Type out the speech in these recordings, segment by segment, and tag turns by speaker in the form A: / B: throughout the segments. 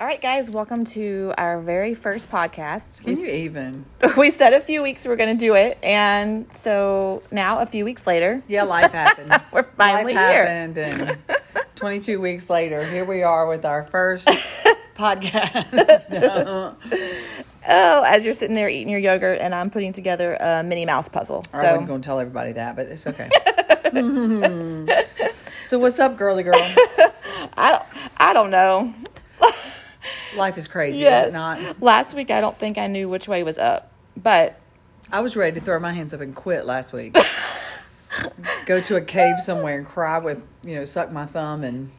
A: All right, guys, welcome to our very first podcast.
B: Can you even?
A: We said a few weeks we were going to do it, and so now a few weeks later,
B: Yeah, life happened.
A: We're finally
B: life
A: here.
B: happened, and 22 weeks later, here we are with our first podcast. No.
A: oh, as you're sitting there eating your yogurt, and I'm putting together a Minnie Mouse puzzle.
B: I wasn't
A: So,
B: going to tell everybody that, but it's okay. so what's up, girly girl?
A: I don't, I don't know.
B: Life is crazy, is
A: Yes,
B: it not?
A: last week I don't think I knew which way was up, but
B: I was ready to throw my hands up and quit last week. Go to a cave somewhere and cry with, you know, suck my thumb and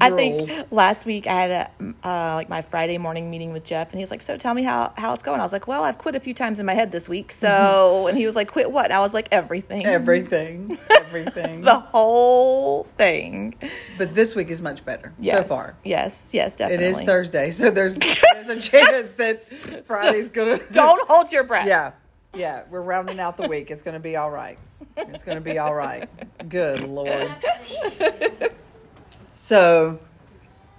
A: I
B: You're
A: think last week I had a uh, like my Friday morning meeting with Jeff, and he's like, "So tell me how how it's going." I was like, "Well, I've quit a few times in my head this week." So, and he was like, "Quit what?" I was like, "Everything,
B: Mm-hmm. everything, everything.
A: the whole thing."
B: But this week is much better
A: Yes,
B: so far.
A: yes, yes,
B: It
A: definitely.
B: is Thursday, so there's there's a chance that Friday's gonna
A: Don't hold your breath.
B: Yeah, yeah, we're rounding out the week. It's gonna be all right. It's gonna be all right. Good lord. So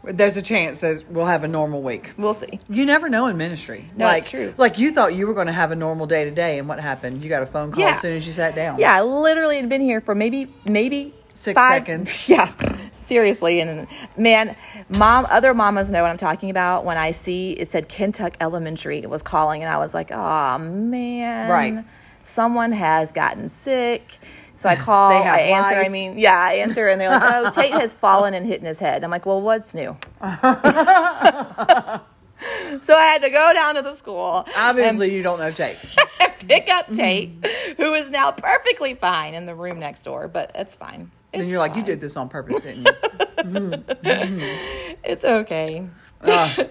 B: there's a chance that we'll have a normal week.
A: we'll see.
B: You never know in ministry.
A: No,
B: like,
A: it's true.
B: Like you thought you were going to have a normal day today, and what happened? You got a phone call
A: Yeah.
B: as soon as you sat down.
A: Yeah, I literally had been here for maybe maybe
B: Six
A: five-
B: seconds.
A: Yeah, seriously. And man, mom, other mamas know what I'm talking about. When I see it said Kentuck Elementary was calling, and I was like, oh man,
B: Right.
A: Someone has gotten sick. So I call,
B: They have
A: I answer. I
B: lice.
A: mean, yeah, I answer, and they're like, "Oh, Tate has fallen and hit in his head." I'm like, "Well, what's new?" so I had to go down to the school
B: Obviously, you don't know Jake.
A: pick up Tate, who is now perfectly fine in the room next door, but it's fine. It's
B: and you're like, you
A: fine.
B: did this on purpose, didn't you?
A: It's okay.
B: well,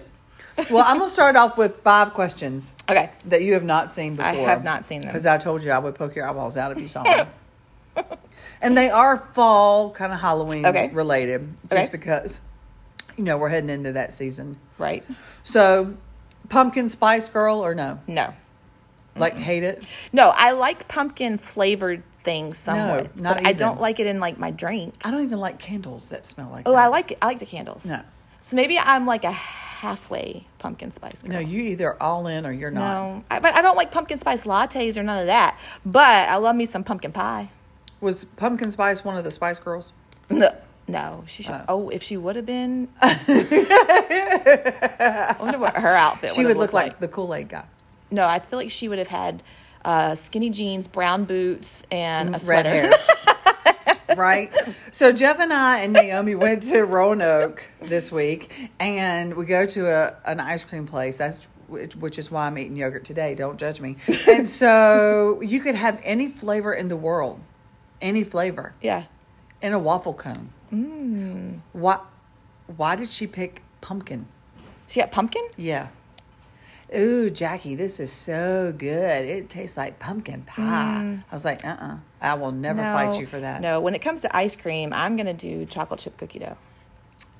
B: I'm gonna start off with five questions.
A: Okay.
B: that you have not seen before.
A: I have not seen them.
B: because I told you I would poke your eyeballs out if you saw them. and they are fall, kind of Halloween
A: Okay.
B: related, just
A: Okay.
B: because you know we're heading into that season.
A: Right.
B: So, pumpkin spice girl or no?
A: No.
B: Like hate it?
A: No, I like pumpkin flavored things somewhat.
B: not
A: but I don't
B: even.
A: like it in like my drink.
B: I don't even like candles that smell like.
A: Oh,
B: that.
A: I like it. I like the candles.
B: No.
A: So maybe I'm like a halfway pumpkin spice girl.
B: No, you either are all in or you're not.
A: No. I, but I don't like pumpkin spice lattes or none of that. But I love me some pumpkin pie.
B: Was pumpkin spice one of the Spice Girls?
A: No. No, she should. Oh, if she would have been, I wonder what her outfit.
B: She
A: would've
B: would look
A: looked
B: like, the Kool Aid guy,
A: No, I feel like she would have had uh, skinny jeans, brown boots, and a
B: red
A: sweater.
B: hair. right? So Jeff and I and Naomi went to Roanoke this week, and we go to a an ice cream place. That's which, which is why I'm eating yogurt today. Don't judge me. And so you could have any flavor in the world, any flavor
A: yeah.
B: in a waffle cone. Mm. Why? Why did she pick pumpkin?
A: She got pumpkin?
B: Yeah. Ooh, Jackie, this is so good. It tastes like pumpkin pie. I was like, uh uh I will never fight you for that.
A: Mm. No, when it comes to ice cream, I'm going to do chocolate chip cookie dough.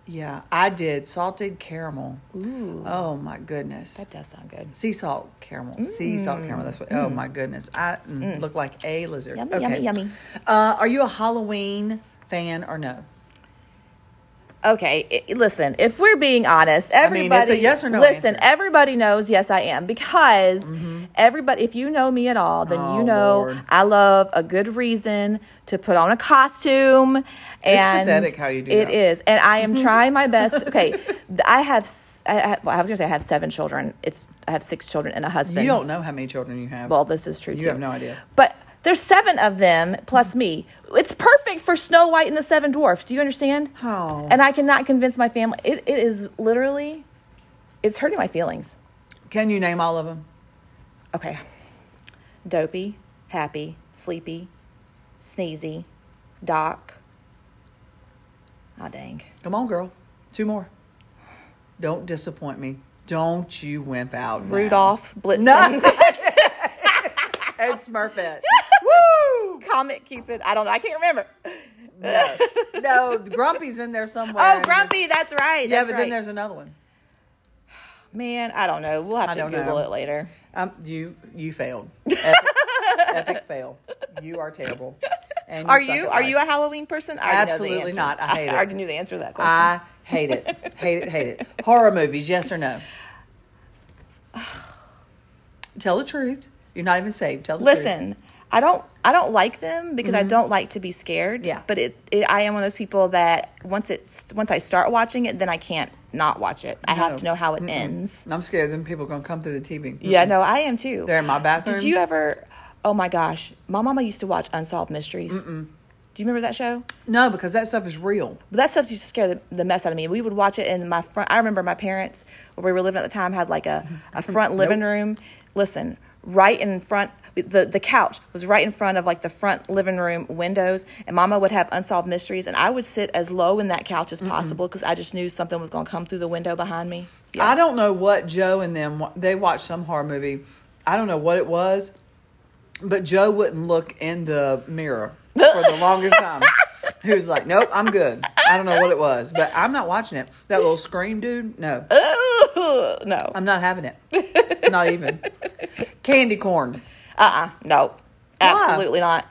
B: Yeah, I did salted caramel.
A: Ooh.
B: Oh my goodness.
A: That does sound good.
B: Sea salt caramel. Sea salt
A: Mm.
B: caramel. That's what. Oh my goodness. I mm, look like a lizard.
A: Yummy, yummy, yummy.
B: Uh, are you a Halloween fan or no?
A: Okay, i- listen, if we're being honest, everybody
B: mean, it's a yes or no
A: Listen,
B: answer. Mm-hmm.
A: everybody knows yes I am because everybody if you know me at all, then
B: Oh,
A: you know
B: Lord.
A: I love a good reason to put on a costume and
B: pathetic how you do
A: It
B: that.
A: is. And I am trying my best. Okay, th- I have s- I, I- well, I was going to say I have 7 children. It's I have 6 children and a husband.
B: You don't know how many children you have.
A: Well, this is true too.
B: You have no idea.
A: But there's seven of them plus me. It's perfect for Snow White and the Seven Dwarfs. Do you understand?
B: Oh.
A: And I cannot convince my family. It, it is literally, it's hurting my feelings.
B: Can you name all of them?
A: Okay. Dopey, happy, sleepy, sneezy, doc. Ah, dang.
B: Come on, girl. Two more. Don't disappoint me. Don't you wimp out. now.
A: Rudolph, Blitzen,
B: and Smurfette. Woo!
A: Comet, Cupid. I don't know. I can't remember.
B: No, no, Grumpy's in there somewhere.
A: Oh,
B: And-
A: Grumpy. That's right.
B: Yeah,
A: that's
B: but
A: right.
B: then there's another one.
A: Man, I don't know. We'll have
B: I
A: to
B: don't
A: Google
B: know.
A: it later.
B: Um, you you failed. Epic, epic fail. You are terrible. And
A: Are
B: suck
A: you
B: at
A: are
B: life.
A: you a Halloween person? I already know the
B: Absolutely
A: answer.
B: not. I hate it.
A: already knew the answer to that question.
B: I hate it. Hate it. Hate it. Horror movies, yes or no? Tell the truth. You're not even saved. Tell the truth.
A: Listen, I don't I don't like them because I don't like to be scared.
B: Mm-hmm. Yeah.
A: But it, it I am one of those people that once it's once I start watching it, then I can't not watch it. I have
B: No.
A: to know how it ends.
B: I'm scared them people are going to come through the TV.
A: Yeah, no, I am too.
B: They're in my bathroom.
A: Did you ever Oh my gosh, my mama used to watch Unsolved Mysteries. Do you remember that show?
B: No, because that stuff is real.
A: But that stuff used to scare the, the mess out of me. We would watch it in my front. I remember my parents, where we were living at the time, had like a, a front living room. Listen, right in front, the, the couch was right in front of like the front living room windows. And mama would have unsolved mysteries. And I would sit as low in that couch as possible because I just knew something was going to come through the window behind me. Yeah.
B: I don't know what Joe and them wa- they watched some horror movie. I don't know what it was, but Joe wouldn't look in the mirror for the longest time. He was like, "Nope, I'm good." I don't know what it was, but I'm not watching it. That little scream, dude. No,
A: Ugh, no. Uh
B: I'm not having it. Not even candy corn.
A: uh No. Absolutely not.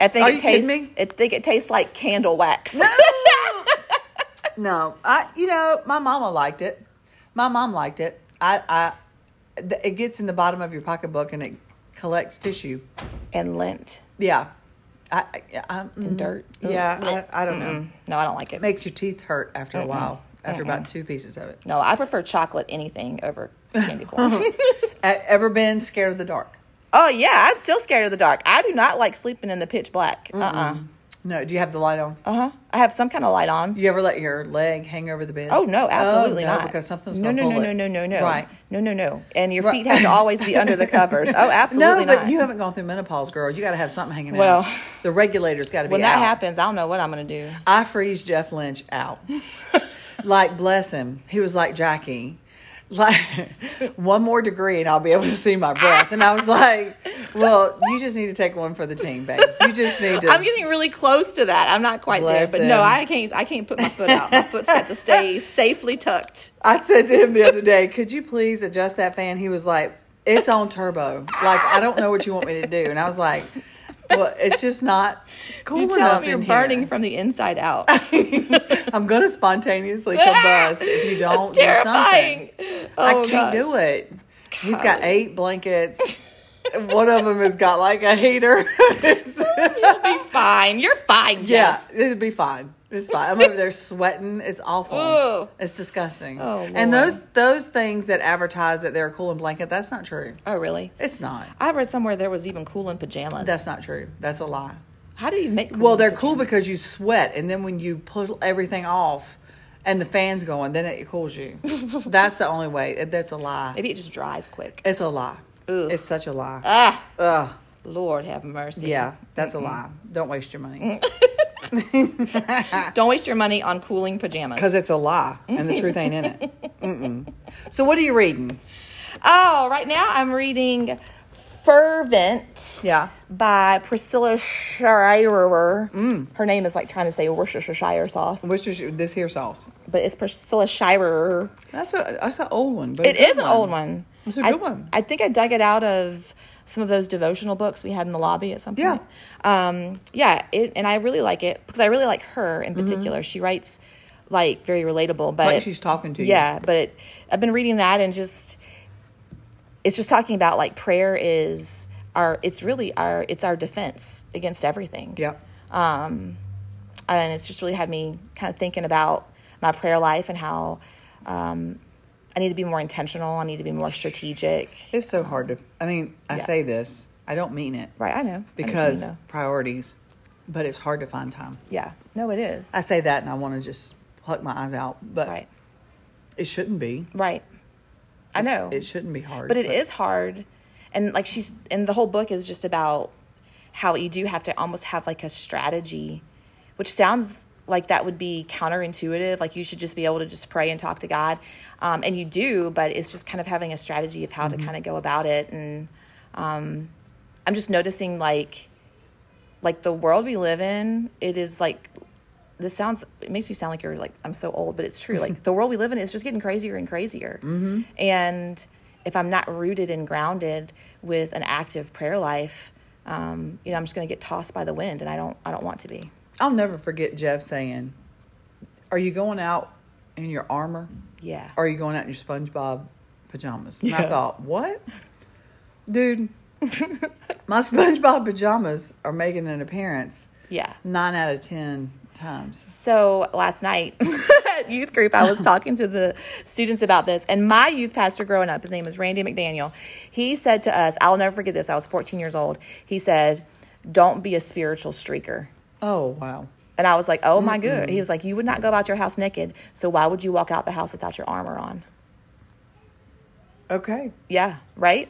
A: I think
B: Are
A: it
B: you kidding
A: tastes.
B: me?
A: I think it tastes like candle wax.
B: No, I. You know, my mama liked it. My mom liked it. I. I. th- It gets in the bottom of your pocketbook and it collects tissue.
A: and lint
B: Yeah. I, I, I, mm,
A: and dirt. Ugh.
B: Yeah, I, I don't know.
A: Mm. No, I don't like it.
B: Makes your teeth hurt after a while, after about two pieces of it.
A: No, I prefer chocolate anything over candy corn.
B: E- Ever been scared of the dark?
A: oh yeah, I'm still scared of the dark. I do not like sleeping in the pitch black. Uh uh
B: No. Do you have the light on?
A: uh huh. I have some kind of light on.
B: You ever let your leg hang over the bed?
A: Oh no, absolutely
B: no,
A: not.
B: Because something's
A: no no
B: gonna pull
A: no no no
B: it.
A: no no
B: Right.
A: no no no. And your
B: Right.
A: feet have to always be under the covers. Oh, absolutely
B: no, but
A: not.
B: you haven't gone through menopause, girl. You got to have something hanging out.
A: Well,
B: the regulator's got to be
A: when that
B: out.
A: happens, I don't know what I'm gonna do.
B: I freeze Jeff Lynch out. like, bless him. He was like, Jackie, like, one more degree and I'll be able to see my breath. And I was like, well, you just need to take one for the team, babe. You just need to.
A: I'm getting really close to that. I'm not quite
B: Bless
A: there, but no,
B: him.
A: I can't. I can't put my foot out. My foot's got to stay safely tucked.
B: I said to him the other day, could you please adjust that fan? He was like, it's on turbo. Like, I don't know what you want me to do. And I was like, well, it's just not cool
A: You tell
B: enough.
A: them you're
B: in here.
A: burning from the inside out.
B: I'm going to spontaneously combust if you don't
A: That's
B: do
A: terrifying.
B: something. I
A: Oh, gosh.
B: can't do it. He's got eight blankets. One of them has got like a heater.
A: You'll be fine. You're fine.
B: yeah,
A: Jeff.
B: this would be fine. It's fine. I'm over there sweating. It's awful.
A: Ugh.
B: It's disgusting.
A: Oh,
B: and
A: Lord.
B: those those things that advertise that they're a cooling blanket, that's not true.
A: Oh, really?
B: It's not.
A: I read somewhere there was even cool in pajamas.
B: That's not true. That's a lie.
A: How do you make? Cool
B: Well,
A: in
B: they're
A: pajamas?
B: cool because you sweat, and then when you pull everything off, and the fan's going, then it cools you. that's the only way. That's a lie.
A: Maybe it just dries quick.
B: It's a lie.
A: Ugh.
B: It's such a lie.
A: Ah,
B: Ugh.
A: Lord have mercy.
B: Yeah, that's a lie. Mm. Don't waste your money
A: Don't waste your money on cooling pajamas.
B: because it's a lie and the truth ain't in it. Mm-mm. So, what are you reading?
A: Oh, right now I'm reading Fervent
B: Yeah.
A: by Priscilla Shirer.
B: Mm.
A: Her name is like trying to say Worcestershire sauce,
B: Which is your- this here sauce?
A: but it's Priscilla Shirer.
B: That's a that's an old one, but a
A: It
B: good
A: is an old one.
B: It's a
A: I-
B: good one.
A: I think I dug it out of some of those devotional books we had in the lobby at some
B: Yeah.
A: point. Yeah. Um, yeah, it, and I really like it because I really like her in particular. She writes like very relatable, but
B: Mm-hmm. Like she's talking to you.
A: Yeah, but it, I've been reading that and just it's just talking about like prayer is our it's really our it's our defense against everything
B: Yep.
A: Uh, and it's just really had me kind of thinking about my prayer life and how um, I need to be more intentional. I need to be more strategic.
B: It's so hard to. I mean, I
A: Yeah.
B: say this. I don't mean it
A: Right, I know I know what you
B: because
A: mean, though.
B: priorities, but it's hard to find time.
A: yeah, no, it is
B: I say that, and I want to just pluck my eyes out, but
A: right,
B: it shouldn't be.
A: right. I know,
B: It shouldn't be hard.
A: but it is hard, and like she's and the whole book is just about how you do have to almost have like a strategy, which sounds like that would be counterintuitive. Like you should just be able to just pray and talk to God, um, and you do, but it's just kind of having a strategy of how to kind of go about it and. um, I'm just noticing like like the world we live in, it is like this sounds it makes you sound like you're like I'm so old, but it's true. Like the world we live in is just getting crazier and crazier. Mm-hmm. And if I'm not rooted and grounded with an active prayer life, um, you know, I'm just going to get tossed by the wind, and I don't, I don't want to be.
B: I'll never forget Jeff saying, "Are you going out in your armor?
A: Yeah.
B: Or are you going out in your SpongeBob pajamas?" And I
A: Yeah.
B: thought, "What, dude? my SpongeBob pajamas are making an appearance
A: Yeah.
B: nine out of ten times."
A: So last night at youth group, I was talking to the students about this, and my youth pastor growing up, his name was Randy McDaniel. He said to us, "I'll never forget this." I was 14 years old. He said, "Don't be a spiritual streaker."
B: Oh wow.
A: And I was like, "Oh my good." He was like, "You would not go about your house naked, so why would you walk out the house without your armor on?"
B: Okay.
A: Yeah, right?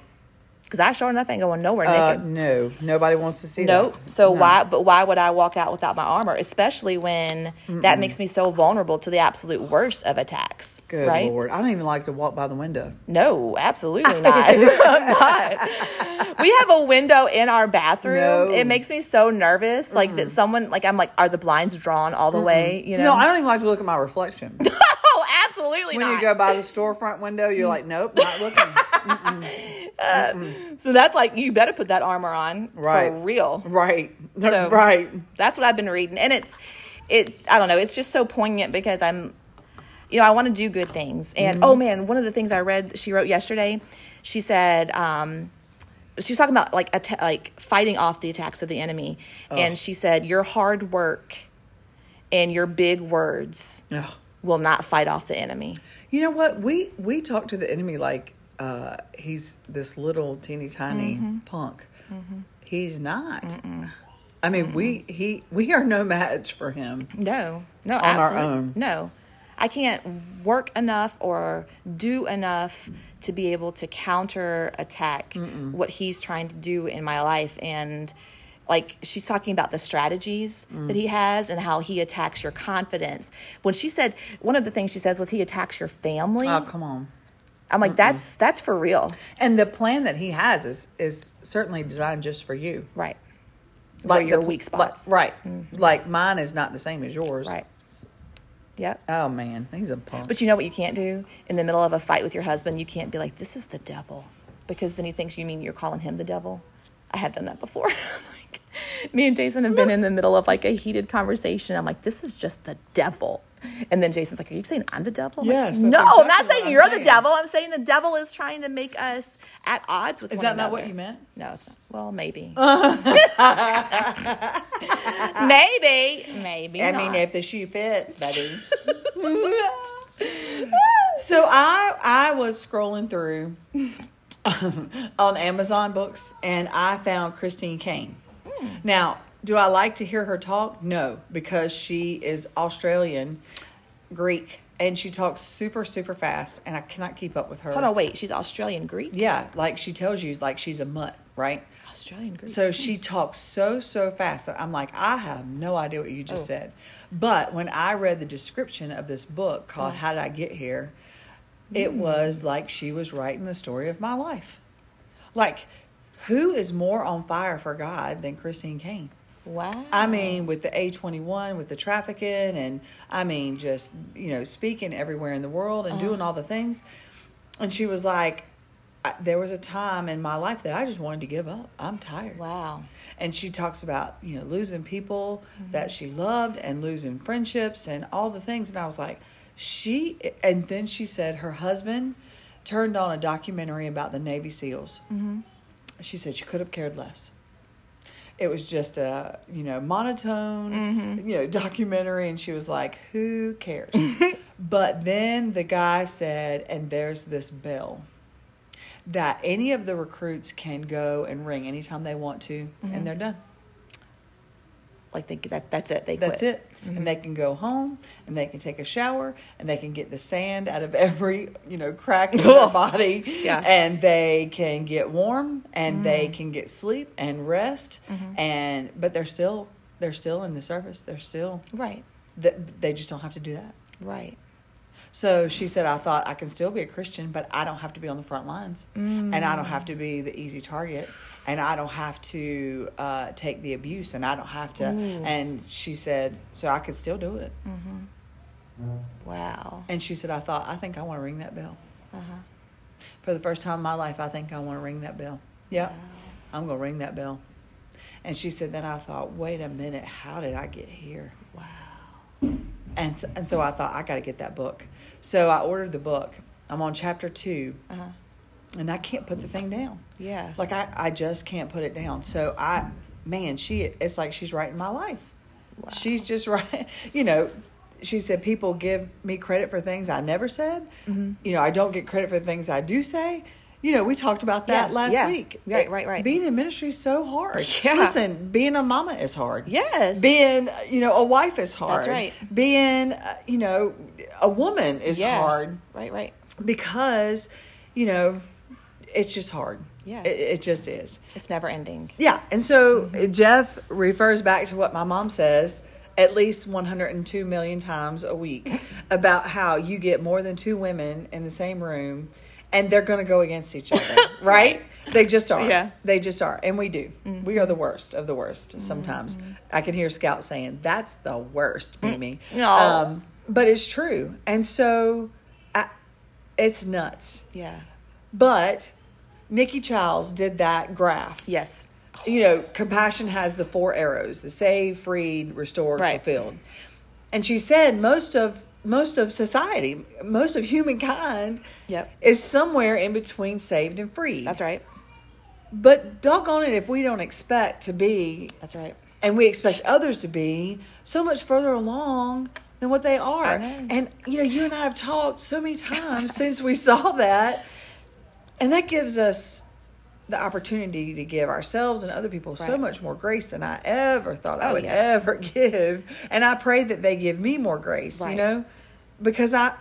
A: Because I sure enough ain't going nowhere
B: Uh,
A: naked.
B: no, nobody wants to see
A: Nope.
B: that.
A: So
B: No.
A: why? But why would I walk out without my armor, especially when that makes me so vulnerable to the absolute worst of attacks?
B: Good
A: right?
B: lord, I don't even like to walk by the window.
A: No, absolutely not. I'm not. We have a window in our bathroom.
B: No.
A: It makes me so nervous, like that someone, like I'm like, are the blinds drawn all the way? You know?
B: No, I don't even like to look at my reflection.
A: oh, absolutely
B: when
A: not.
B: you go by the storefront window, you're like, nope, not looking.
A: so that's like, you better put that armor on
B: Right.
A: for real.
B: right,
A: So-
B: right.
A: that's what I've been reading, and it's it. I don't know. It's just so poignant because I'm, you know, I want to do good things. And oh man, one of the things I read that she wrote yesterday, she said um, she was talking about like atta- like fighting off the attacks of the enemy, and she said your hard work and your big words
B: Ugh.
A: will not fight off the enemy.
B: You know what? We we talk to the enemy like uh, he's this little teeny tiny
A: Mm-hmm.
B: punk. He's not. I mean, we he we are no match for him.
A: No, no, on
B: our own.
A: No, I can't work enough or do enough to be able to counter attack what he's trying to do in my life. And like she's talking about the strategies
B: Mm.
A: that he has and how he attacks your confidence. When she said one of the things she says was he attacks your family.
B: Oh, come on.
A: I'm like that's that's for real,
B: And the plan that he has is is certainly designed just for you.
A: right? Like your
B: the-
A: weak
B: like-
A: spots, Mm-hmm.
B: right. Like mine is not the same as yours.
A: Right. Yep.
B: Oh man, he's a punk.
A: But you know what you can't do? In the middle of a fight with your husband, you can't be like, this is the devil. Because then he thinks you mean you're calling him the devil. I have done that before. like, me and Jason have been in the middle of like a heated conversation. I'm like, this is just the devil. And then Jason's like, are you saying I'm the devil? I'm like,
B: Yes, that's
A: no, I'm not
B: exactly
A: saying
B: what I'm
A: you're the
B: saying.
A: devil. I'm saying the devil is trying to make us at odds with
B: Is
A: one
B: that not what
A: another.
B: you meant?
A: No, it's not. Well, maybe. maybe. Maybe.
B: I
A: not.
B: mean, if the shoe fits, buddy. so I I was scrolling through um, on Amazon books and I found Christine Kane.
A: Hmm.
B: Now, do I like to hear her talk? No, because she is Australian, Greek, and she talks super super fast, and I cannot keep up with her.
A: Hold on, wait. She's Australian Greek?
B: Yeah, like she tells you, like she's a mutt, right?
A: Australian Greek.
B: So she talks so so fast that I'm like, I have no idea what you just
A: Oh.
B: said. But when I read the description of this book called How Did I Get Here, it was like she was writing the story of my life. Like, who is more on fire for God than Christine Kane?
A: wow.
B: I mean, with the A21, with the trafficking, and I mean, just, you know, speaking everywhere in the world and doing all the things. And she was like, I, there was a time in my life that I just wanted to give up. I'm tired.
A: wow.
B: And she talks about, you know, losing people that she loved and losing friendships and all the things. And I was like, she, and then she said her husband turned on a documentary about the Navy SEALs. She said she could have cared less. It was just a, you know, monotone, you know, documentary. And she was like, who cares? but then the guy said, and there's this bell that any of the recruits can go and ring anytime they want to, and they're done.
A: Like they that that's it. They
B: That's
A: quit. Mm-hmm.
B: it. And they can go home, and they can take a shower, and they can get the sand out of every you know crack in their
A: Ugh.
B: body,
A: Yeah.
B: and they can get warm, and
A: Mm.
B: they can get sleep and rest,
A: Mm-hmm.
B: and but they're still they're still in the service. They're still
A: Right.
B: th- they just don't have to do that.
A: Right.
B: So she said, I thought I can still be a Christian, but I don't have to be on the front lines. And I don't have to be the easy target. And I don't have to uh, take the abuse. And I don't have to. And she said, So I could still do it.
A: Mm-hmm. Wow.
B: And she said, I thought, I think I want to ring that bell.
A: Uh huh.
B: For the first time in my life, I think I want to ring that bell. Yep. I'm going to ring that bell. And she said, then I thought, wait a minute, how did I get here?
A: Wow.
B: And, s- and so I thought, I got to get that book. So I ordered the book. I'm on chapter two,
A: Uh-huh.
B: and I can't put the thing down.
A: Yeah.
B: Like, I, I just can't put it down. So I, man, she, it's like she's writing my life.
A: Wow.
B: She's just right. You know, she said people give me credit for things I never said.
A: Mm-hmm.
B: You know, I don't get credit for things I do say. You know, we talked about that
A: Yeah,
B: last
A: yeah.
B: week.
A: Right, right, right.
B: Being in ministry is so hard.
A: Yeah.
B: Listen, being a mama is hard.
A: yes.
B: Being, you know, a wife is hard.
A: right.
B: Being, uh, you know, a woman is
A: Yeah.
B: hard
A: Right, right.
B: because, you know, it's just hard.
A: Yeah.
B: It, it just is.
A: It's never ending.
B: Yeah, and so
A: Mm-hmm.
B: Jeff refers back to what my mom says at least 102 million times a week about how you get more than two women in the same room and they're going to go against each other, right? They just are.
A: Yeah. Mm-hmm.
B: They just are. And we do. We are the worst of the worst sometimes. I can hear Scout saying, that's the worst, Mimi.
A: Mm. No.
B: Um, but it's true. And so I, it's nuts.
A: Yeah.
B: But Nikki Childs did that graph
A: Yes.
B: you know, compassion has the four arrows: the save, freed, restored,
A: Right.
B: fulfilled. And she said most of most of society, most of humankind,
A: Yep.
B: is somewhere in between saved and freed.
A: That's right.
B: But doggone it, if we don't expect to be,
A: That's right.
B: and we expect others to be, so much further along than what they are.
A: I know.
B: And you know, you and I have talked so many times since we saw that, and that gives us the opportunity to give ourselves and other people so
A: Right.
B: much more grace than I ever thought I
A: Oh,
B: would
A: yeah.
B: ever give. And I pray that they give me more grace, you
A: Right.
B: know, because I,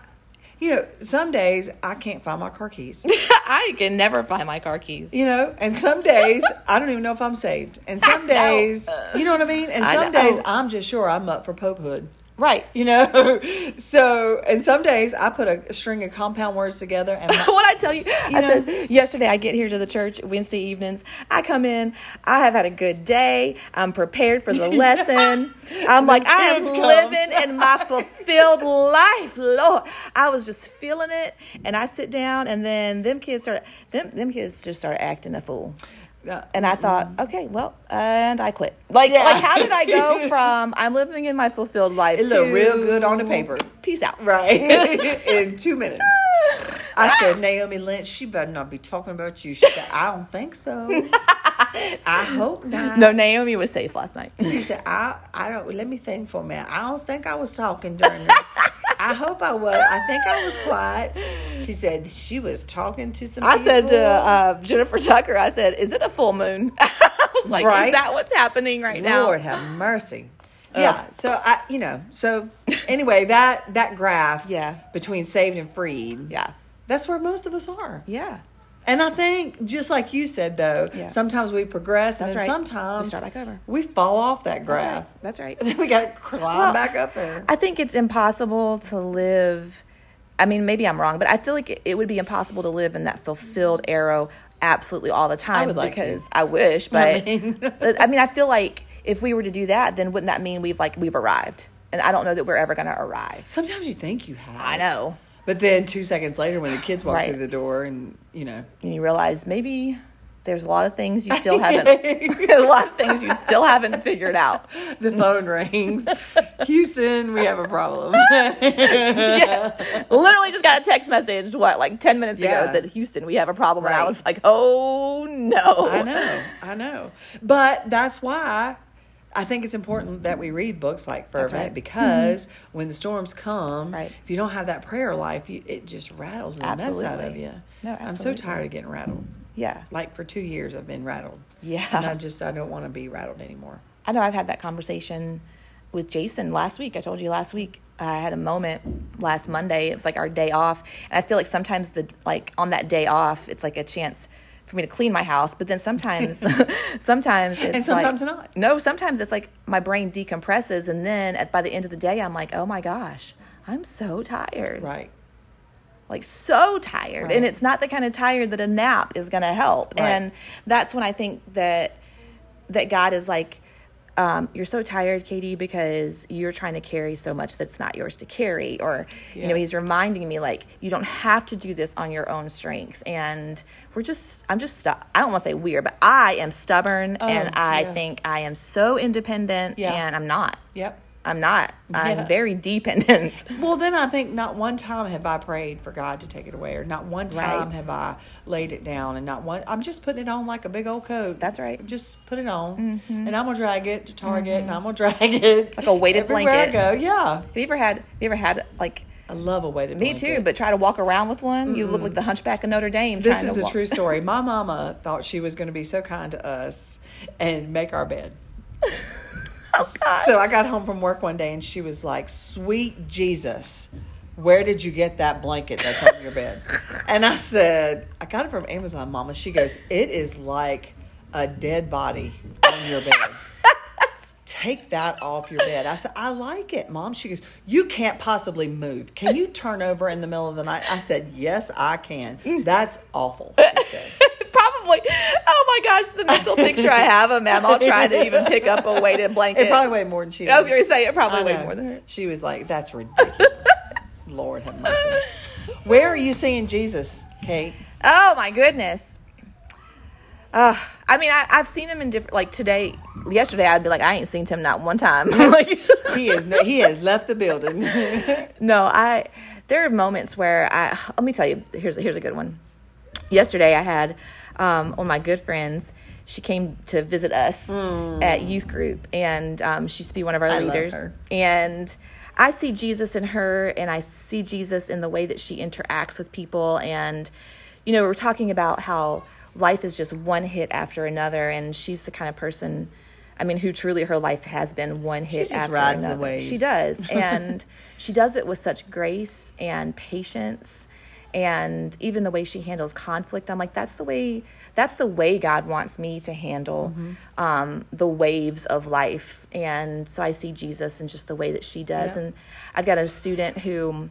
B: you know, some days I can't find my car keys,
A: I can never find my car keys.
B: you know, and some days I don't even know if I'm saved. And some
A: No.
B: days, you know what I mean? And
A: I
B: some
A: know.
B: days I'm just sure I'm up for popehood
A: Right.
B: you know so and some days i put a string of compound words together and my,
A: what I tell you, I
B: know-
A: said yesterday I get here to the church Wednesday evenings. I come in, I have had a good day. I'm prepared for the lesson. I'm like, I am
B: kids come.
A: living in my fulfilled life, Lord. I was just feeling it, and I sit down, and then them kids start them them kids just start acting a fool.
B: uh,
A: And I thought, okay, well, and I quit. Like,
B: Yeah.
A: like, how did I go from I'm living in my fulfilled life?
B: It looked
A: to,
B: real good on the paper.
A: Peace out.
B: right in two minutes i said naomi lynch she better not be talking about you she said i don't think so i hope not
A: No, Naomi was safe last night.
B: she said i i don't let me think for a minute i don't think i was talking during the I hope I was. I think I was quiet. She said she was talking to some.
A: I said to
B: people.
A: uh, Jennifer Tucker, I said, "Is it a full moon?" I was like,
B: Right.
A: "Is that what's happening right
B: Lord
A: now?"
B: have mercy. Yeah. So I, you know, so anyway, that that graph,
A: Yeah.
B: between saved and freed,
A: Yeah,
B: that's where most of us are.
A: yeah.
B: And I think, just like you said, though,
A: Yeah.
B: sometimes we progress,
A: That's
B: and then
A: right.
B: sometimes
A: We start back over.
B: we fall off that
A: That's
B: graph.
A: right. That's right.
B: And then we got to climb
A: Well,
B: back up there.
A: I think it's impossible to live. I mean, maybe I'm wrong, but I feel like it- it would be impossible to live in that fulfilled arrow absolutely all the time.
B: would like to.
A: because I wish, but I
B: mean-
A: mean. I feel like if we were to do that, then wouldn't that mean we've like we've arrived? And I don't know that we're ever going to arrive.
B: sometimes you think you have.
A: I know,
B: But then two seconds later, when the kids walk
A: Right.
B: through the door, and you know,
A: and you realize maybe there's a lot of things you still haven't a lot of things you still haven't figured out.
B: the phone rings. Houston, we have a problem.
A: Yes. Literally just got a text message what like 10 minutes
B: Yeah.
A: ago said Houston, we have a problem and
B: Right.
A: I was like, "Oh no."
B: I know, I know. But that's why I think it's important that we read books like Fervent
A: right. Mm-hmm.
B: because when the storms come,
A: Right.
B: if you don't have that prayer life, you, it just rattles the mess out of
A: Absolutely.
B: you.
A: No,
B: I'm so
A: absolutely.
B: tired of getting rattled.
A: Yeah.
B: Like for two years, I've been rattled.
A: Yeah.
B: And I just, I don't want to be rattled anymore.
A: I know I've had that conversation with Jason last week. I told you last week uh, I had a moment last Monday. It was like our day off, and I feel like sometimes the like on that day off, it's like a chance for me to clean my house. But then sometimes, sometimes it's
B: And sometimes
A: like,
B: not.
A: No, sometimes it's like my brain decompresses, and then at, by the end of the day, I'm like, oh my gosh. I'm so tired.
B: Right.
A: Like so tired.
B: Right.
A: And it's not the kind of tired that a nap is going to help.
B: Right.
A: And that's when I think that that God is like um, you're so tired, Katie, because you're trying to carry so much that's not yours to carry. Or, you know,
B: Yeah.
A: he's reminding me, like, you don't have to do this on your own strength. And we're just, I'm just, stu- I don't want to say weird, but I am stubborn and I
B: Oh, yeah.
A: think I am so independent
B: Yeah.
A: and I'm not.
B: Yep.
A: I'm not.
B: Yeah.
A: I'm very dependent.
B: Well, then I think not one time have I prayed for God to take it away, or not one time
A: Right.
B: have I laid it down, and not one. I'm just putting it on like a big old coat.
A: That's right. Mm-hmm.
B: Just put it on, and I'm gonna drag it to Target, and I'm gonna drag it
A: Like a weighted
B: everywhere I
A: blanket.
B: go. Yeah,
A: Have you ever had? Have you ever had like?
B: I love a weighted.
A: Me
B: blanket.
A: too, but try to walk around with one. You look like the Hunchback of Notre Dame.
B: This
A: trying
B: is
A: to
B: a
A: walk.
B: true story. My mama thought she was going to be so kind to us and make our bed.
A: Oh God!
B: So I got home from work one day and she was like, Sweet Jesus, where did you get that blanket that's on your bed? And I said, I got it from Amazon, Mama. She goes, It is like a dead body on your bed. Take that off your bed. I said, I like it, Mom. She goes, You can't possibly move. Can you turn over in the middle of the night? I said, Yes, I can.
A: Mm.
B: That's awful. She said.
A: Probably. Oh my gosh! The mental picture I have of him all trying to even pick up a weighted blanket.
B: It probably weighed more than she
A: I was
B: did.
A: going to say it
B: I
A: probably weighed
B: know.
A: more than her.
B: She was like, "That's ridiculous." Lord have mercy. Where are you seeing Jesus, Kate?
A: Oh my goodness. Uh, I mean, I, I've seen him in different. Like today, yesterday, I'd be like, I ain't seen him not one time. like,
B: He is. No, he has left the building.
A: no, I. There are moments where I. Let me tell you. Here's here's a good one. Yesterday, I had um, one of my good friends. She came to visit us at youth group, and um, she used to be one of our
B: Hmm. I love
A: leaders.
B: her.
A: And I see Jesus in her, and I see Jesus in the way that she interacts with people. And you know, we we're talking about how life is just one hit after another, and she's the kind of person. I mean, who truly her life has been one hit
B: just
A: after
B: rides the
A: another. She
B: waves.
A: does does. And she does it with such grace and patience and even the way she handles conflict. I'm like, that's the way that's the way God wants me to handle
B: Mm-hmm.
A: um, the waves of life. And so I see Jesus in just the way that she does.
B: Yeah.
A: And I've got a student who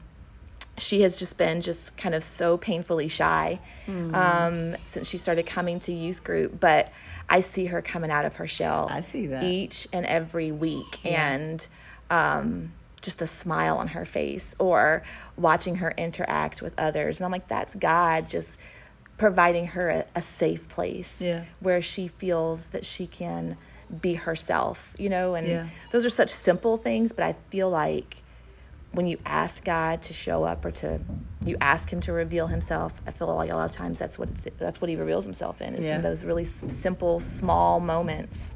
A: she has just been just kind of so painfully shy
B: Mm-hmm.
A: um, since she started coming to youth group, but I see her coming out of her shell.
B: I see that.
A: each and every week, and um, just the smile on her face, or watching her interact with others, and I'm like, that's God just providing her a, a safe place
B: Yeah.
A: where she feels that she can be herself, you know, and
B: Yeah.
A: those are such simple things, but I feel like when you ask God to show up or to you ask Him to reveal Himself, I feel like a lot of times that's what it's, that's what He reveals Himself in is
B: Yeah.
A: in those really s- simple, small moments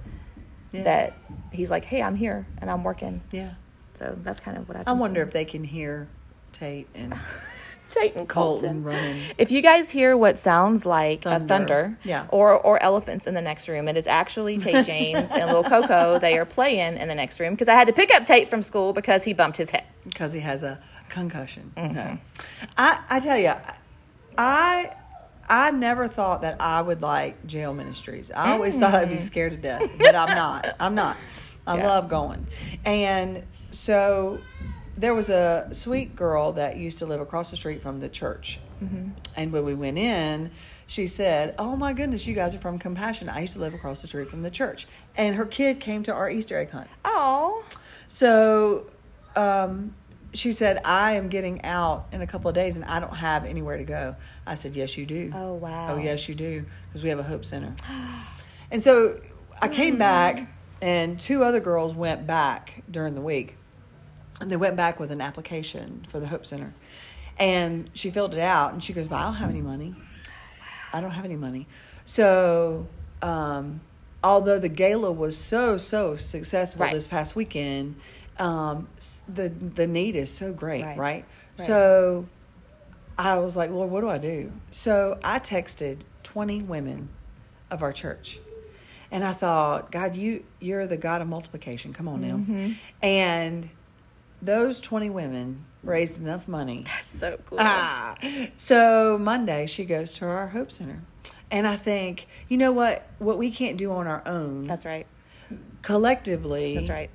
B: Yeah.
A: that He's like, "Hey, I'm here and I'm working."
B: yeah.
A: So that's kind of what I've
B: I
A: been
B: wonder if they can hear Tate and
A: seeing. Titan
B: Colton
A: Colton.
B: running.
A: If you guys hear what sounds like
B: Thunder.
A: a thunder
B: Yeah.
A: or, or elephants in the next room, it is actually Tate James and Lil Coco. They are playing in the next room because I had to pick up Tate from school because he bumped his head.
B: because he has a concussion. No. I, I tell you, I I never thought that I would like jail ministries. I always thought I'd be scared to death, but I'm not. I'm not. I
A: Yeah.
B: love going. And so there was a sweet girl that used to live across the street from the church. And when we went in, she said, Oh my goodness, you guys are from Compassion. I used to live across the street from the church. And her kid came to our Easter egg hunt.
A: Oh,
B: So um, she said, I am getting out in a couple of days and I don't have anywhere to go. I said, Yes, you do.
A: Oh, wow.
B: Oh, yes, you do. Because we have a Hope Center. and so I came
A: Mm-hmm.
B: back, and two other girls went back during the week. And they went back with an application for the Hope Center. And she filled it out and she goes, But I don't have any money. I don't have any money. So, um, although the gala was so so successful
A: Right.
B: this past weekend, um, s- the the need is so great, right?
A: Right. Right.
B: So, I was like, Lord, what do I do? So I texted twenty women of our church, and I thought, God, you you're the God of multiplication. Come on now,
A: Mm-hmm.
B: and those twenty women raised enough money
A: that's so cool.
B: Ah. So Monday she goes to our Hope Center. And I think, you know what? What we can't do on our own
A: That's right.
B: collectively.
A: That's right.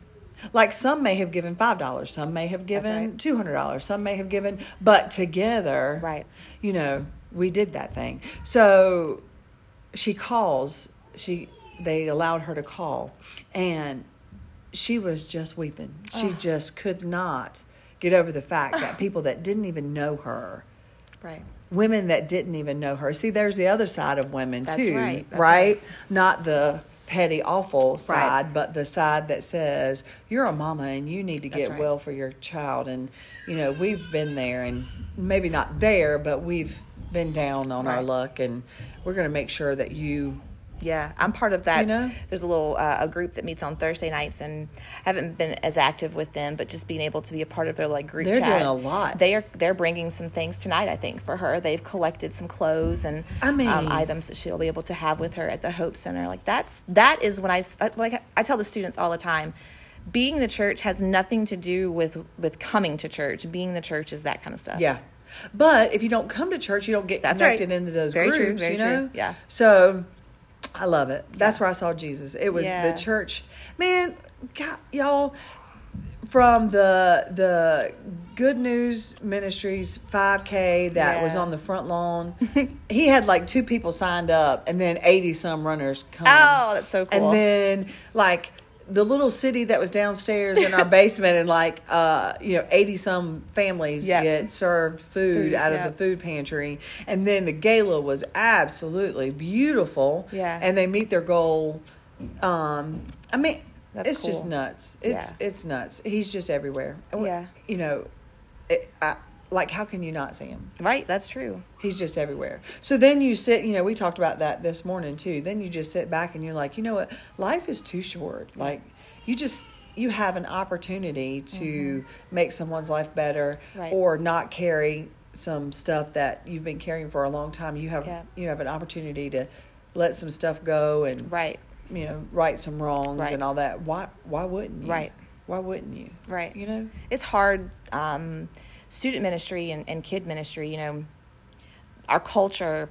B: Like some may have given five dollars, some may have given
A: right.
B: two hundred dollars, some may have given but together
A: Right.
B: you know, we did that thing. So she calls, she they allowed her to call and she was just weeping. She just could not get over the fact that people that didn't even know her,
A: Right.
B: women that didn't even know her. See, there's the other side of women
A: That's
B: too,
A: right. That's
B: right? Not the petty, awful side,
A: Right.
B: but the side that says you're a mama and you need to
A: That's
B: get
A: right.
B: well for your child. And you know, we've been there, and maybe not there, but we've been down on our
A: Right.
B: luck, and we're going to make sure that you.
A: Yeah, I'm part of that.
B: You know?
A: There's a little uh, a group that meets on Thursday nights, and I haven't been as active with them, but just being able to be a part of their like group
B: They're
A: chat.
B: doing a lot.
A: They are they're bringing some things tonight. I think for her, they've collected some clothes and
B: I mean-
A: um, items that she'll be able to have with her at the Hope Center. Like that's that is when I s- that's like I tell the students all the time. Being the church has nothing to do with with coming to church. Being the church is that kind of stuff.
B: Yeah. But if you don't come to church, you don't get
A: That's
B: connected
A: right.
B: into those
A: Very true,
B: groups,
A: very
B: you know?
A: true. Yeah.
B: So I love it. That's where I saw Jesus. It was
A: Yeah.
B: the church. Man, God, y'all from the the Good News Ministries 5K that was
A: Yeah.
B: on the front lawn. he had like two people signed up and then 80 some runners come.
A: Oh, that's so cool.
B: And then like the little city that was downstairs in our basement and like uh you know 80 some families
A: Yeah.
B: get served food
A: Food,
B: out of
A: yeah.
B: the food pantry and then the gala was absolutely beautiful
A: Yeah.
B: and they meet their goal um i mean
A: That's
B: it's just
A: cool.
B: nuts it's
A: Yeah.
B: it's nuts he's just everywhere And we-
A: Yeah.
B: you know it, I, like how can you not see him
A: Right. That's true.
B: He's just everywhere. So then you sit, you know, we talked about that this morning too. Then you just sit back and you're like, you know what? Life is too short. Like, you just, you have an opportunity to make someone's life better
A: Mm-hmm. Right.
B: or not carry some stuff that you've been carrying for a long time. You have,
A: Yeah.
B: you have an opportunity to let some stuff go and,
A: Right.
B: you know, right some wrongs
A: Right.
B: and all that. Why, why wouldn't you?
A: Right.
B: Why wouldn't you?
A: Right.
B: You know?
A: it's hard um, student ministry and, and kid ministry you know our culture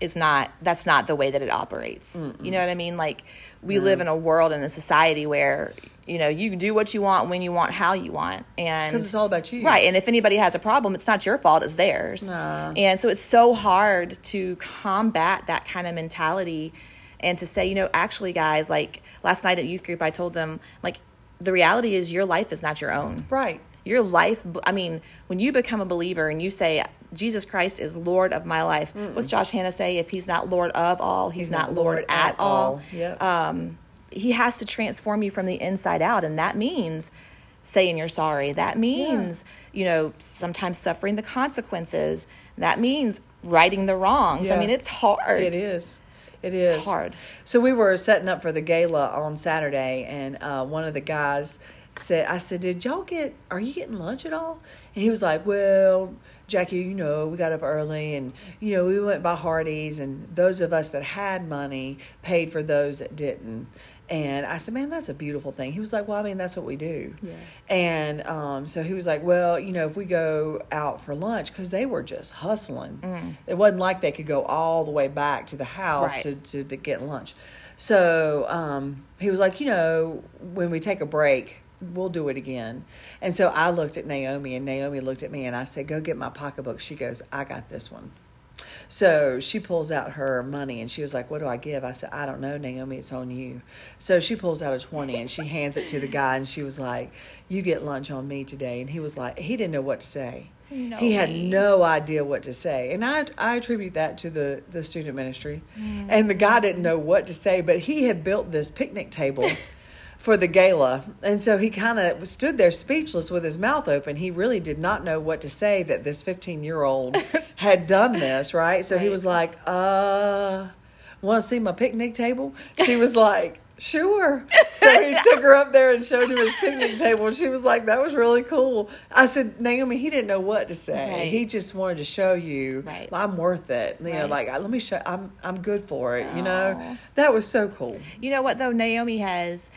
A: is not that's not the way that it operates you know what i mean like we live in a world and a society where you know you can do what you want when you want how you want and
B: 'Cause it's all about you.
A: right and if anybody has a problem it's not your fault it's theirs
B: Nah.
A: and so it's so hard to combat that kind of mentality and to say, you know, actually, guys, like last night at youth group, I told them, like, the reality is your life is not your own.
B: Right.
A: Your life, I mean, when you become a believer and you say, Jesus Christ is Lord of my life, what's Josh Hanna say? If he's not Lord of all, he's, not, Lord, at, all.
B: Yep.
A: Um, he has to transform you from the inside out. And that means saying you're sorry. That means, you know, sometimes suffering the consequences. That means righting the wrongs.
B: Yeah.
A: I mean, it's hard.
B: It is. It is
A: hard.
B: So we were setting up for the gala on Saturday, and uh, one of the guys said, "I said, did y'all get? Are you getting lunch at all?" And he was like, "Well, Jackie, you know, we got up early, and you know, we went by Hardee's, and those of us that had money paid for those that didn't." And I said, "Man, that's a beautiful thing." He was like, "Well, I mean, that's what we do."
A: Yeah.
B: And um, so he was like, "Well, you know, if we go out for lunch, because they were just hustling. It wasn't like they could go all the way back to the house
A: Mm. Right.
B: to, to to get lunch." So um, he was like, "You know, when we take a break, we'll do it again." And so I looked at Naomi, and Naomi looked at me, and I said, "Go get my pocketbook." She goes, "I got this one." So she pulls out her money and she was like, What do I give? I said, I don't know, Naomi, it's on you. So she pulls out a 20 and she hands it to the guy and she was like, You get lunch on me today. And he was like, He didn't know what to say.
A: No
B: he had
A: way.
B: no idea what to say. And I, I attribute that to the, the student ministry.
A: Mm.
B: And the guy didn't know what to say, but he had built this picnic table. For the gala. And so he kind of stood there speechless with his mouth open. He really did not know what to say that this 15 year old had done this, right? So he
A: Right.
B: was like, uh, want to see my picnic table? She was like, sure. So he took her up there and showed him his picnic table. She was like, that was really cool. I said, Naomi, he didn't know what to say.
A: Right.
B: He just wanted to show you,
A: Right.
B: I'm worth it. You know,
A: Right.
B: like, let me show, I'm, I'm good for it, you
A: Aw.
B: know? That was so cool.
A: You know what though? Naomi has,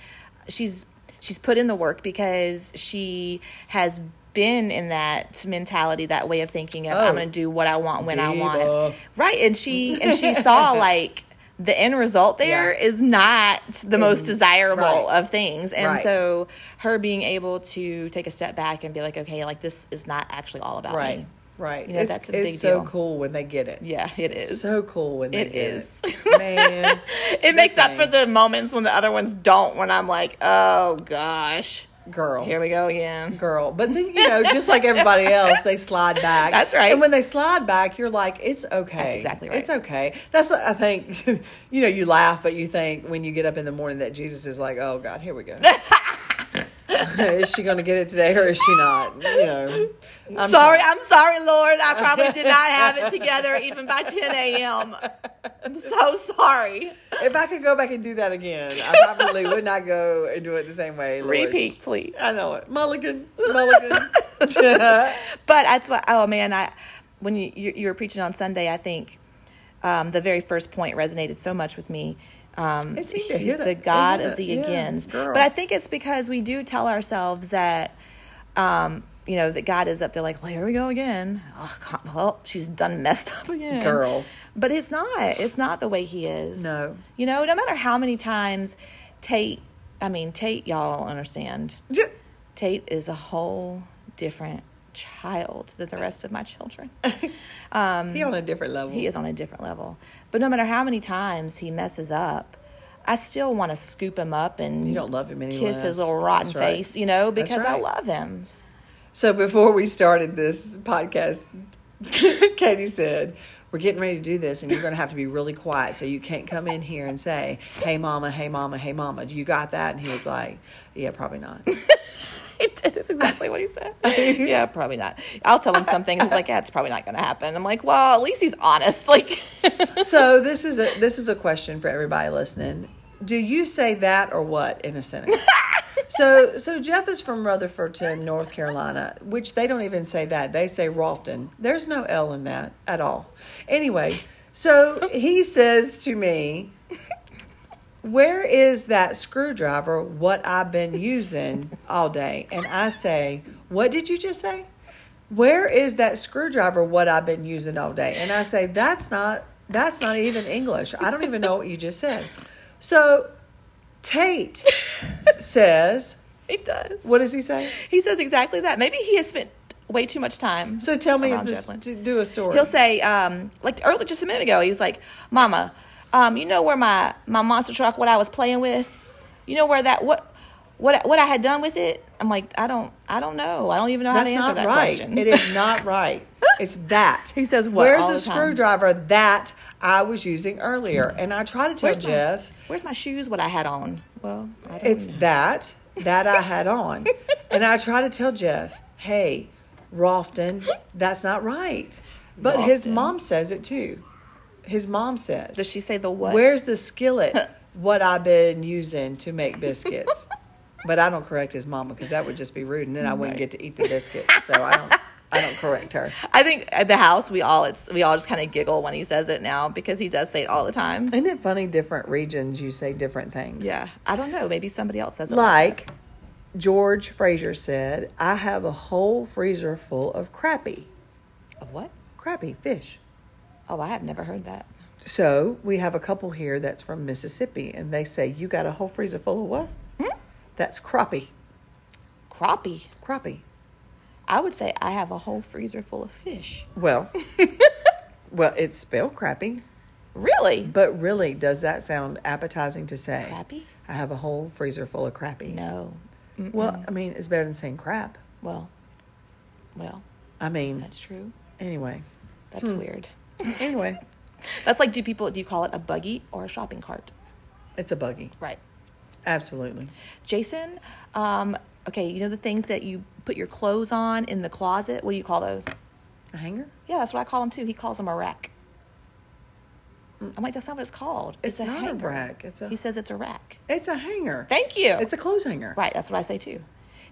A: she's she's put in the work because she has been in that mentality, that way of thinking of
B: Oh.
A: I'm going to do what I want when I
B: Diva.
A: want, right? And she and she saw like the end result there
B: Yeah.
A: is not the most desirable
B: right.
A: of things, and
B: Right.
A: so her being able to take a step back and be like, okay, like this is not actually all about
B: Right.
A: me.
B: Right.
A: You know,
B: it's,
A: that's a
B: it's
A: big
B: so
A: deal.
B: cool when they get it.
A: Yeah, it is.
B: So cool when they
A: It
B: get
A: is.
B: it. Man.
A: it makes up for
B: thing.
A: the moments when the other ones don't. When I'm like, oh gosh,
B: Girl.
A: here we go again.
B: girl. But then, you know, just like everybody else, they slide back.
A: That's right.
B: And when they slide back, you're like, it's okay.
A: That's exactly right.
B: It's okay. That's, what I think, you know, you laugh, but you think when you get up in the morning that Jesus is like, oh, God, here we go. is she going to get it today or is she not? You know, I'm
A: sorry, I'm sorry, Lord. I probably did not have it together even by 10 a.m. I'm so sorry.
B: If I could go back and do that again, I probably would not go and do it the same way. Lord.
A: Repeat, please.
B: I know it. Mulligan. Mulligan.
A: But that's what. Oh man, I when you you, you were preaching on Sunday, I think um, the very first point resonated so much with me. Um,
B: It seemed to
A: he's
B: hit
A: the
B: it. It
A: God
B: hit
A: of
B: it.
A: the
B: Yeah,
A: agains.
B: girl.
A: But I think it's because we do tell ourselves that, um, you know, that God is up there like, well, here we go again. Oh, God, well, she's done messed up again.
B: Girl.
A: But it's not. It's not the way he is.
B: No.
A: You know, no matter how many times Tate, I mean, Tate, y'all understand. Tate is a whole different child than the rest of my children.
B: he on a different level.
A: He is on a different level. But no matter how many times he messes up, I still want to scoop him up and
B: You don't love him any
A: kiss
B: less.
A: his little rotten
B: That's right.
A: face, you know,
B: That's
A: because I
B: right.
A: love him.
B: So before we started this podcast, Katie said, "We're getting ready to do this, and you're going to have to be really quiet, so you can't come in here and say, "Hey, mama, hey, mama, hey, mama." You got that?" And he was like, "Yeah, probably not."
A: That's exactly what he said. yeah, probably not. I'll tell him something. He's like, yeah, it's probably not going to happen. I'm like, well, at least he's honest. Like,
B: so this is a this is a question for everybody listening. Do you say that or what in a sentence? so so Jeff is from Rutherfordton, North Carolina, which they don't even say that. They say Rolfton. There's no L in that at all. Anyway, so he says to me, "Where is that screwdriver? What I've been using all day?" And I say, "What did you just say?" where is that screwdriver what i've been using all day and i say that's not that's not even english i don't even know what you just said so tate says
A: he does.
B: what does he say
A: He says exactly that. Maybe he has spent way too much time.
B: so tell me
A: around
B: this
A: Devlin.
B: to do a story
A: He'll say, um, like early just a minute ago, he was like, "Mama, um, you know where my my monster truck, what I was playing with, you know where that what what what I had done with it." I'm like, I don't I don't know. I don't even know
B: that's
A: how to answer
B: not
A: that
B: right
A: question.
B: it is not right it's that
A: He says what
B: where's
A: all
B: the,
A: the time?
B: screwdriver that i was using earlier and i try to tell
A: Where's my-
B: jeff
A: Where's my shoes? What I had on? Well, I don't
B: It's
A: know.
B: that that I had on. and I try to tell Jeff, hey, Rolfton, that's not right. But his
A: Rolfton.
B: mom says it too. His mom says,
A: Does she say the what?
B: Where's the skillet? what I've been using to make biscuits. but I don't correct his mama because that would just be rude, and then I wouldn't get to eat the biscuits. So I don't. I don't correct her.
A: I think at the house we all it's we all just kind of giggle when he says it now because he does say it all the time.
B: Isn't it funny? Different regions, you say different things.
A: Yeah, I don't know. Maybe somebody else says it.
B: Like George Fraser said, I have a whole freezer full of crappie.
A: Of what?
B: crappie fish.
A: Oh, I have never heard that.
B: So we have a couple here that's from Mississippi, and they say you got a whole freezer full of what?
A: Hmm?
B: That's crappie.
A: Crappie.
B: Crappie.
A: I would say I have a whole freezer full of fish.
B: Well, well, it's spelled crappie,
A: Really?
B: but really, does that sound appetizing to say?
A: Crappie?
B: I have a whole freezer full of crappie.
A: No.
B: Well, I mean, it's better than saying crap.
A: Well, well,
B: I mean,
A: that's true.
B: anyway,
A: That's
B: Hmm.
A: weird.
B: anyway,
A: That's like, do people, do you call it a buggy or a shopping cart?
B: it's a buggy.
A: Right.
B: Absolutely.
A: Jason, um, okay, you know the things that you put your clothes on in the closet? What do you call those?
B: A hanger?
A: Yeah, that's what I call them too. He calls them a rack. I'm like, that's not what it's called. It's,
B: Mm. It's not a
A: hanger."
B: rack. It's a-
A: He says it's a rack.
B: It's a hanger.
A: Thank you.
B: It's a clothes hanger.
A: Right, that's what I say too.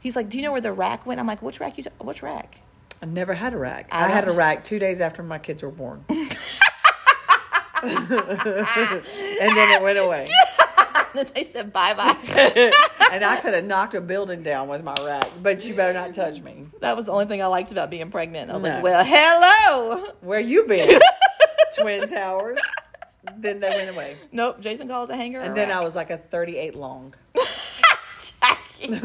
A: He's like, "Do you know where the rack went?" I'm like, "Which rack? You? T- which rack?"
B: I never had a rack.
A: I
B: I, had a
A: don't-
B: rack two days after my kids were born. and then it went away.
A: And they said, "Bye bye."
B: And I could have knocked a building down with my rack, but you better not touch me.
A: that was the only thing I liked about being pregnant. I was
B: No.
A: like, "Well, hello."
B: Where you been? Twin Towers. Then they went away.
A: Nope. Jason calls a hanger.
B: And then I was like a 38 long.
A: I was.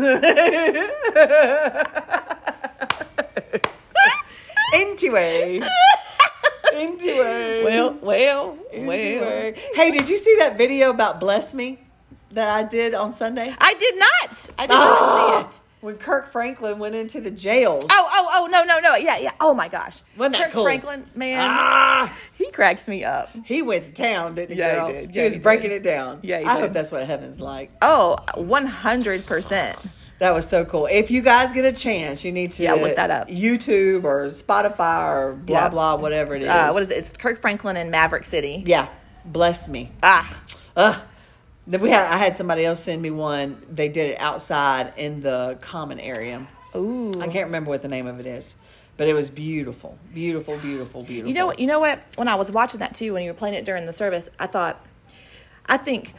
B: and anyway. anyway.
A: Well, well, well.
B: Anyway. Hey, did you see that video about Bless Me that I did on Sunday?
A: I did not. I did
B: Ah.
A: not see it.
B: When Kirk Franklin went into the jails.
A: Oh, oh, oh, no, no, no. Yeah, yeah. Oh my gosh.
B: Wasn't that
A: Kirk
B: cool?
A: Franklin, man,
B: Ah!
A: he cracks me up.
B: He went to town, didn't he?
A: Yeah, he
B: girl?
A: did. Yeah,
B: was
A: he did.
B: breaking it down.
A: Yeah, he
B: I
A: did.
B: hope that's what heaven's like.
A: Oh, 100%.
B: That was so cool. If you guys get a chance, you need to
A: Yeah, look that up.
B: YouTube or Spotify or blah
A: Yeah.
B: blah whatever it is.
A: Uh, what is it? It's Kirk Franklin in Maverick City.
B: Yeah, bless me.
A: Ah,
B: Ugh. Then we had I had somebody else send me one. They did it outside in the common area.
A: ooh.
B: I can't remember what the name of it is, but it was beautiful, beautiful, beautiful, beautiful.
A: You know what? You know what? When I was watching that too, when you were playing it during the service, I thought, I think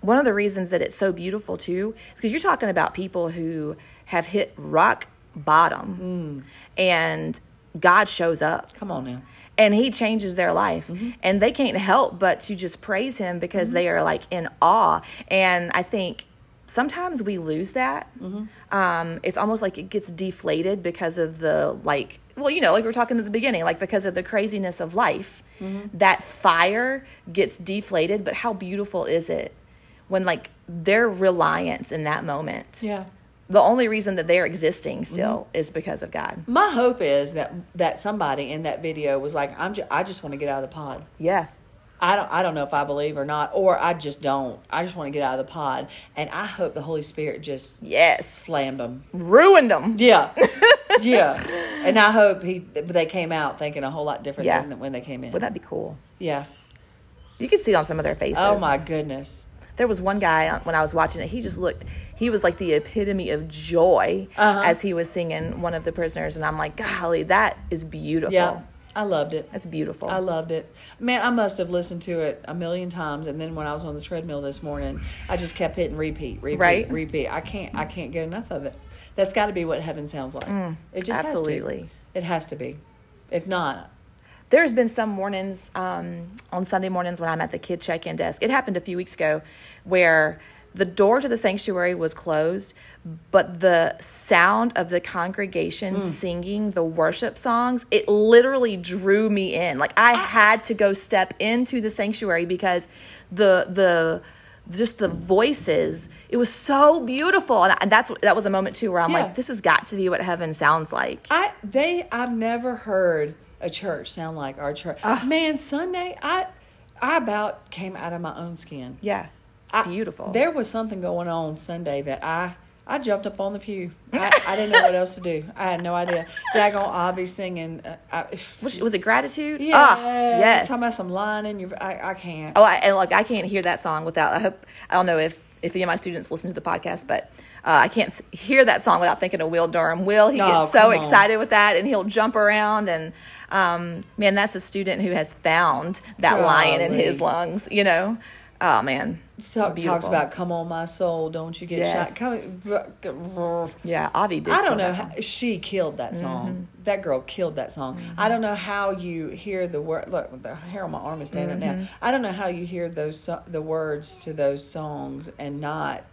A: one of the reasons that it's so beautiful too is because you're talking about people who have hit rock bottom,
B: Mm.
A: and God shows up
B: Come on now.
A: and He changes their life, and they can't help but to just praise Him because they are like in awe. And I think sometimes we lose that. Um, it's almost like it gets deflated because of the like well you know like we we're talking at the beginning like because of the craziness of life that fire gets deflated but how beautiful is it when like their reliance in that moment
B: Yeah.
A: the only reason that they're existing still is because of god
B: My hope is that that somebody in that video was like, I'm ju- I just want to get out of the pod.
A: yeah
B: I don't I don't know if I believe or not, or I just don't. I just want to get out of the pod, and I hope the Holy Spirit just
A: yes
B: slammed them.
A: ruined them
B: Yeah, yeah, and I hope he they came out thinking a whole lot different
A: Yeah.
B: than when they came in.
A: would that be cool
B: yeah.
A: you can see it on some of their faces
B: Oh my goodness.
A: there was one guy uh, when I was watching it. He just looked. He was like the epitome of joy
B: Uh-huh.
A: as he was singing one of the prisoners, and I'm like, golly, that is beautiful.
B: Yeah, I loved it.
A: That's beautiful.
B: I loved it. Man, I must have listened to it a million times and then when I was on the treadmill this morning, I just kept hitting repeat, repeat,
A: Right.
B: repeat. I can't I can't get enough of it. That's got to be what heaven sounds like. it just
A: Mm. absolutely.
B: Has to. It has to be. If not,
A: There's been some mornings um, on Sunday mornings when I'm at the kid check-in desk. It happened a few weeks ago, where the door to the sanctuary was closed, but the sound of the congregation
B: Hmm.
A: singing the worship songs it literally drew me in. Like
B: Ah.
A: I had to go step into the sanctuary because the the just the voices it was so beautiful and, I, and that's that was a moment too where i'm
B: Yeah.
A: like this has got to be what heaven sounds like
B: I they I've never heard a church sound like our church.
A: Ah.
B: Man, Sunday I I about came out of my own skin.
A: yeah it's
B: I-
A: beautiful
B: There was something going on Sunday that I I jumped up on the pew. I, I didn't know what else to do. I had no idea. Daggone Avi singing. Uh, I,
A: Which, was it gratitude?
B: yeah,
A: Ah,
B: it's
A: yes.
B: Talking about some line in your. I, I can't.
A: oh, I, and look, I can't hear that song without. I hope I don't know if if any of my students listen to the podcast, but uh, I can't s- hear that song without thinking of Will Durham. Will he
B: Oh,
A: gets
B: come
A: so
B: on.
A: excited with that, and he'll jump around and. Um, man, that's a student who has found that lion in his
B: Golly.
A: lungs. You know, oh man,
B: So- talks
A: beautiful.
B: about come on my soul, don't you get
A: Yes.
B: shot. Come,
A: yeah, Avi did.
B: I
A: kill
B: don't
A: that
B: know.
A: Mm-hmm.
B: How, she killed that song. That girl killed that song. I don't know how you hear the word. Look, the hair on my arm is standing up
A: Mm-hmm.
B: now. I don't know how you hear those so- the words to those songs and not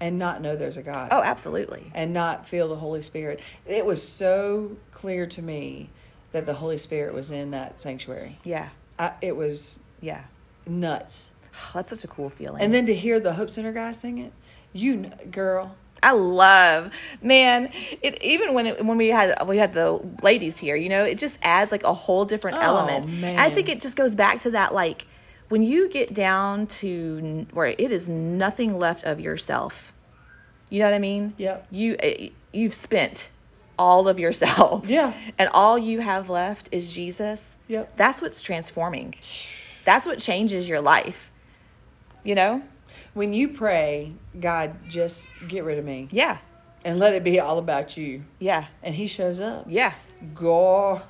B: and not know there's a God
A: Oh, absolutely.
B: and not feel the Holy Spirit. It was so clear to me that the Holy Spirit was in that sanctuary.
A: Yeah,
B: I, it was
A: yeah.
B: nuts.
A: that's such a cool feeling.
B: And then to hear the Hope Center guy sing it, you kn- girl.
A: I love, man. It even when it, when we had we had the ladies here, you know, it just adds like a whole different
B: Oh,
A: element. I think
B: man.
A: it just goes back to that like when you get down to n- where it is nothing left of yourself. You know what I mean?
B: Yep.
A: You eh, you've spent all of yourself.
B: Yeah.
A: And all you have left is Jesus.
B: Yep.
A: That's what's transforming. That's what changes your life. You know?
B: When you pray, God, just get rid of me.
A: Yeah.
B: and let it be all about you.
A: Yeah.
B: And he shows up.
A: Yeah.
B: Gore,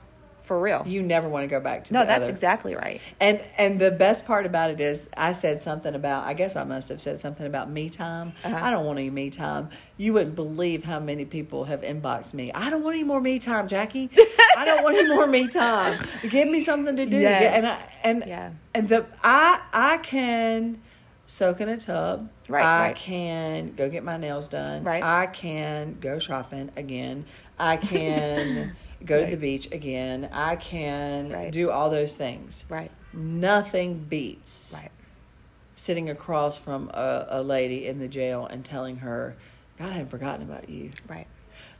A: For real.
B: you never want to go back to
A: No,
B: the
A: that's
B: other.
A: exactly right.
B: And and the best part about it is, I said something about. I guess I must have said something about me time.
A: Uh-huh.
B: I don't want any me time. You wouldn't believe how many people have inboxed me. I don't want any more me time, Jackie. I don't want any more me time. Give me something to do.
A: Yes.
B: Yeah, And I, and
A: Yeah.
B: and the I I can soak in a tub.
A: Right,
B: I
A: right.
B: can go get my nails done.
A: Right.
B: I can go shopping again. I can go to
A: Right.
B: the beach again. I can
A: Right.
B: do all those things.
A: Right.
B: Nothing beats
A: Right.
B: sitting across from a, a lady in the jail and telling her, God, I haven't forgotten about you.
A: Right.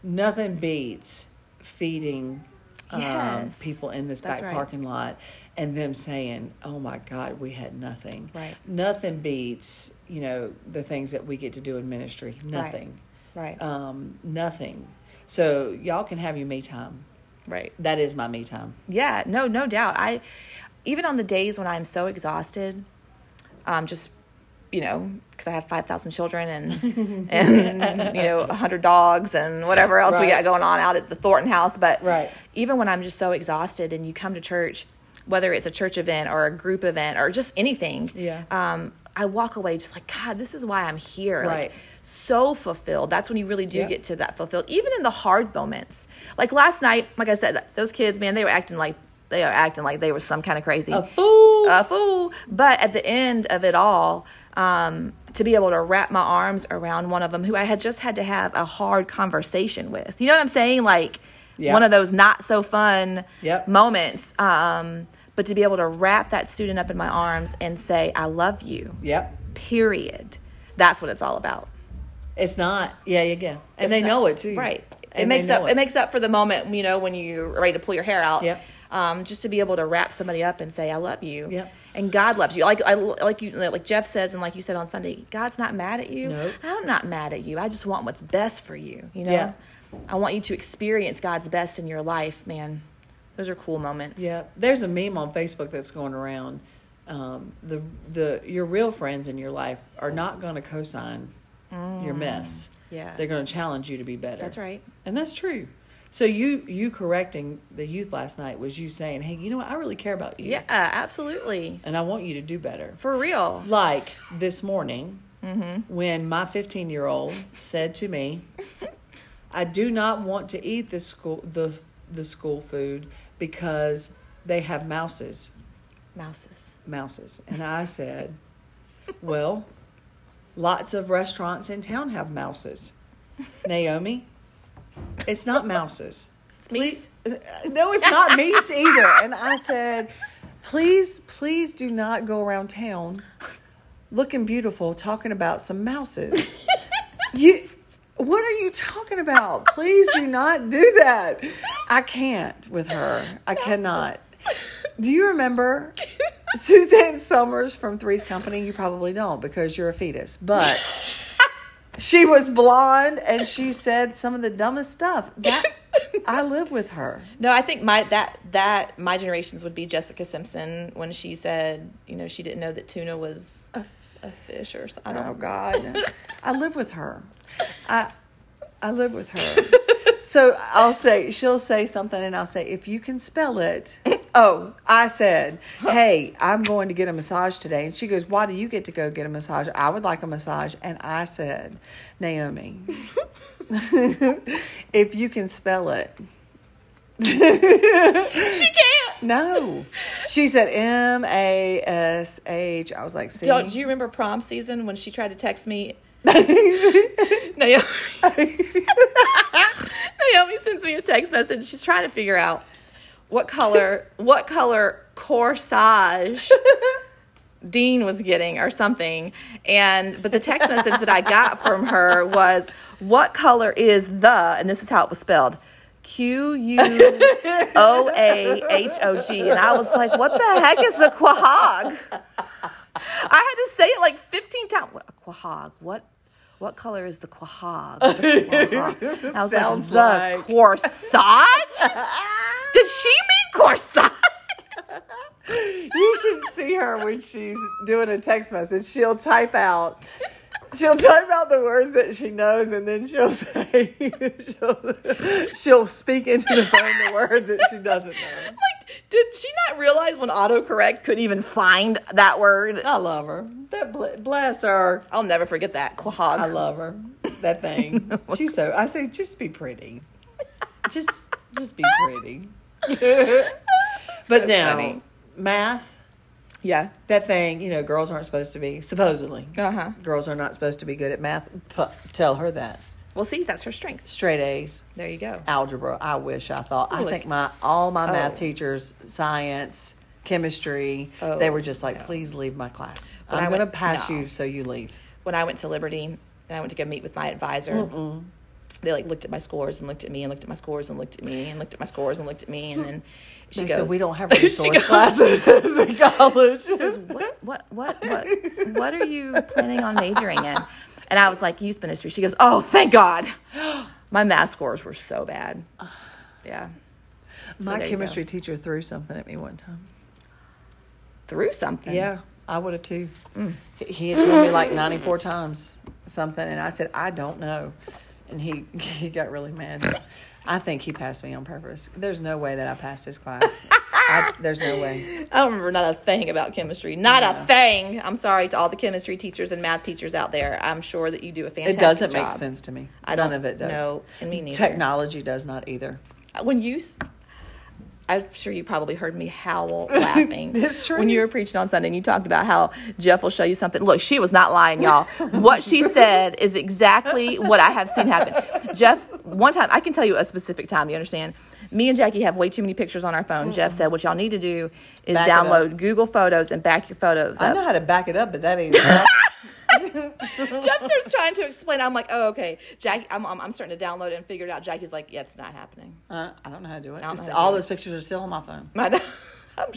B: Nothing beats feeding um,
A: Yes.
B: people in this
A: That's
B: back
A: right.
B: parking lot and them saying, oh my God, we had nothing.
A: Right.
B: Nothing beats, you know, the things that we get to do in ministry. Nothing.
A: Right.
B: Um, nothing. So y'all can have your me time.
A: right.
B: That is my me time.
A: Yeah, no, no doubt. I even on the days when I'm so exhausted, um, just you know, because I have five thousand children and and you know hundred dogs and whatever else we
B: Right.
A: got going on out at the Thornton house. But
B: Right.
A: even when I'm just so exhausted, and you come to church, whether it's a church event or a group event or just anything,
B: Yeah.
A: Um, I walk away just like God. This is why I'm here. Like,
B: Right.
A: so fulfilled. That's when you really do
B: Yep.
A: get to that fulfilled, even in the hard moments. Like last night, like I said, those kids, man, they were acting like they are acting like they were some kind of crazy
B: A fool.
A: a fool. But at the end of it all, um, to be able to wrap my arms around one of them who I had just had to have a hard conversation with. You know what I'm saying? Like
B: Yeah.
A: one of those not so fun
B: Yep.
A: moments. Um, but to be able to wrap that student up in my arms and say, I love you,
B: yep.
A: period. That's what it's all about.
B: It's not. Yeah, yeah, yeah. And
A: It's
B: they
A: not-
B: know it too.
A: Right.
B: And
A: it
B: they
A: makes
B: know
A: up it. makes up for the moment, you know, when you're ready to pull your hair out.
B: Yep.
A: Um, just to be able to wrap somebody up and say, "I love you,"
B: Yep.
A: and God loves you. Like I, like you, like Jeff says, and like you said on Sunday, God's not mad at you.
B: Nope.
A: I'm not mad at you. I just want what's best for you. You know,
B: Yeah.
A: I want you to experience God's best in your life, man. Those are cool moments.
B: Yeah. There's a meme on Facebook that's going around. Um, the the your real friends in your life are not going to cosign your mess.
A: Mm. yeah.
B: They're going to challenge you to be better.
A: That's right.
B: And that's true. So you you correcting the youth last night was you saying, "Hey, you know what? I really care about you.
A: Yeah, absolutely,
B: And I want you to do better."
A: for real.
B: Like this morning when my 15 year old said to me, I do not want to eat the school, the, the school food because they have mouses.
A: Mouses.
B: Mouses. And I said, Well, lots of restaurants in town have mouses. Naomi, it's not mouses.
A: It's
B: Please, uh, no, it's not meese either. And I said, please, please do not go around town looking beautiful talking about some mouses. you, what are you talking about? Please do not do that. I can't with her. I cannot. Do you remember Suzanne Summers from Three's Company? You probably don't because you're a fetus, but. She was blonde and she said some of the dumbest stuff. That I live with her.
A: No, I think my that that my generations would be Jessica Simpson when she said, you know, she didn't know that tuna was a, fish or something. I
B: Oh
A: don't
B: God, I live with her. I I live with her. So I'll say she'll say something, and I'll say if you can spell it. Oh, I said, hey, I'm going to get a massage today, and she goes, why do you get to go get a massage? I would like a massage, and I said, Naomi, if you can spell it.
A: She can't.
B: No, she said M A S H. I was like, see,
A: Don't do you remember prom season when she tried to text me? Naomi, Naomi sends me a text message. She's trying to figure out what color what color corsage Dean was getting or something. And but the text message that I got from her was what color is the and this is how it was spelled. Q U O A H O G and I was like, what the heck is a quahog? I had to say it like 15 times. What, quahog. What what color is the quahog? The quahog. And I was
B: Sounds
A: like, the
B: like-
A: corsage? Did she mean corsage?
B: You should see her when she's doing a text message. She'll type out. She'll type out the words that she knows, and then she'll say, she'll, she'll speak into the phone the words that she doesn't know.
A: like, did she not realize when autocorrect could even find that word?
B: I love her. That bl- bless her.
A: I'll never forget that. Quahog.
B: I love her. That thing. She's so. I say, just be pretty. Just, just be pretty. but now,
A: funny.
B: math.
A: yeah.
B: That thing. You know, girls aren't supposed to be supposedly.
A: Uh huh.
B: girls are not supposed to be good at math. P- tell her that.
A: Well, see, that's her strength.
B: Straight A's.
A: There you go.
B: Algebra. I wish I thought. I
A: Really?
B: think my all my math
A: Oh.
B: teachers, science, chemistry,
A: Oh,
B: they were just like,
A: no.
B: please leave my class.
A: When I
B: I'm gonna
A: went-
B: pass
A: no.
B: you, so you leave.
A: When I went to Liberty and I went to go meet with my advisor, they like looked at my scores and looked at me and looked at my scores and looked at me and looked at my scores and looked at me and then she
B: They
A: goes,
B: said we don't have
A: She
B: resource
A: goes-
B: classes in college.
A: says, "What, what, what, what, what are you planning on majoring in?" And I was like, "Youth ministry." She goes, "Oh, thank God." My math scores were so bad. Yeah,
B: my
A: there you go.
B: chemistry teacher threw something at me one time.
A: through something.
B: Yeah, I would have too. He He had told me like 94 times something, and I said, I don't know. And he, he got really mad. I think he passed me on purpose. There's no way that I passed his class. I, there's no way.
A: I don't remember not a thing about chemistry. Not a thing. I'm sorry to all the chemistry teachers and math teachers out there. I'm sure that you do a fantastic
B: it doesn't
A: job.
B: make sense to me.
A: I
B: None
A: don't
B: of it does.
A: know, and me neither.
B: Technology does not either.
A: When you, s- I'm sure you probably heard me howl laughing.
B: That's true.
A: When you were preaching on Sunday and you talked about how Jeff will show you something. Look, she was not lying, y'all. what she said is exactly what I have seen happen. Jeff, one time, I can tell you a specific time, you understand? Me and Jackie have way too many pictures on our phone. Jeff said, what y'all need to do is
B: Back it up.
A: download Google Photos and back your photos
B: I
A: up.
B: know how to back it up, but that ain't.
A: Jeff starts trying to explain. I'm like, oh, okay. Jackie, I'm, I'm, I'm starting to download it and figure it out. Jackie's like, yeah, it's not happening.
B: I I don't know how to do it.
A: don't
B: It's-
A: know how to
B: all
A: do it.
B: those pictures are still on my phone.
A: My, I'm sure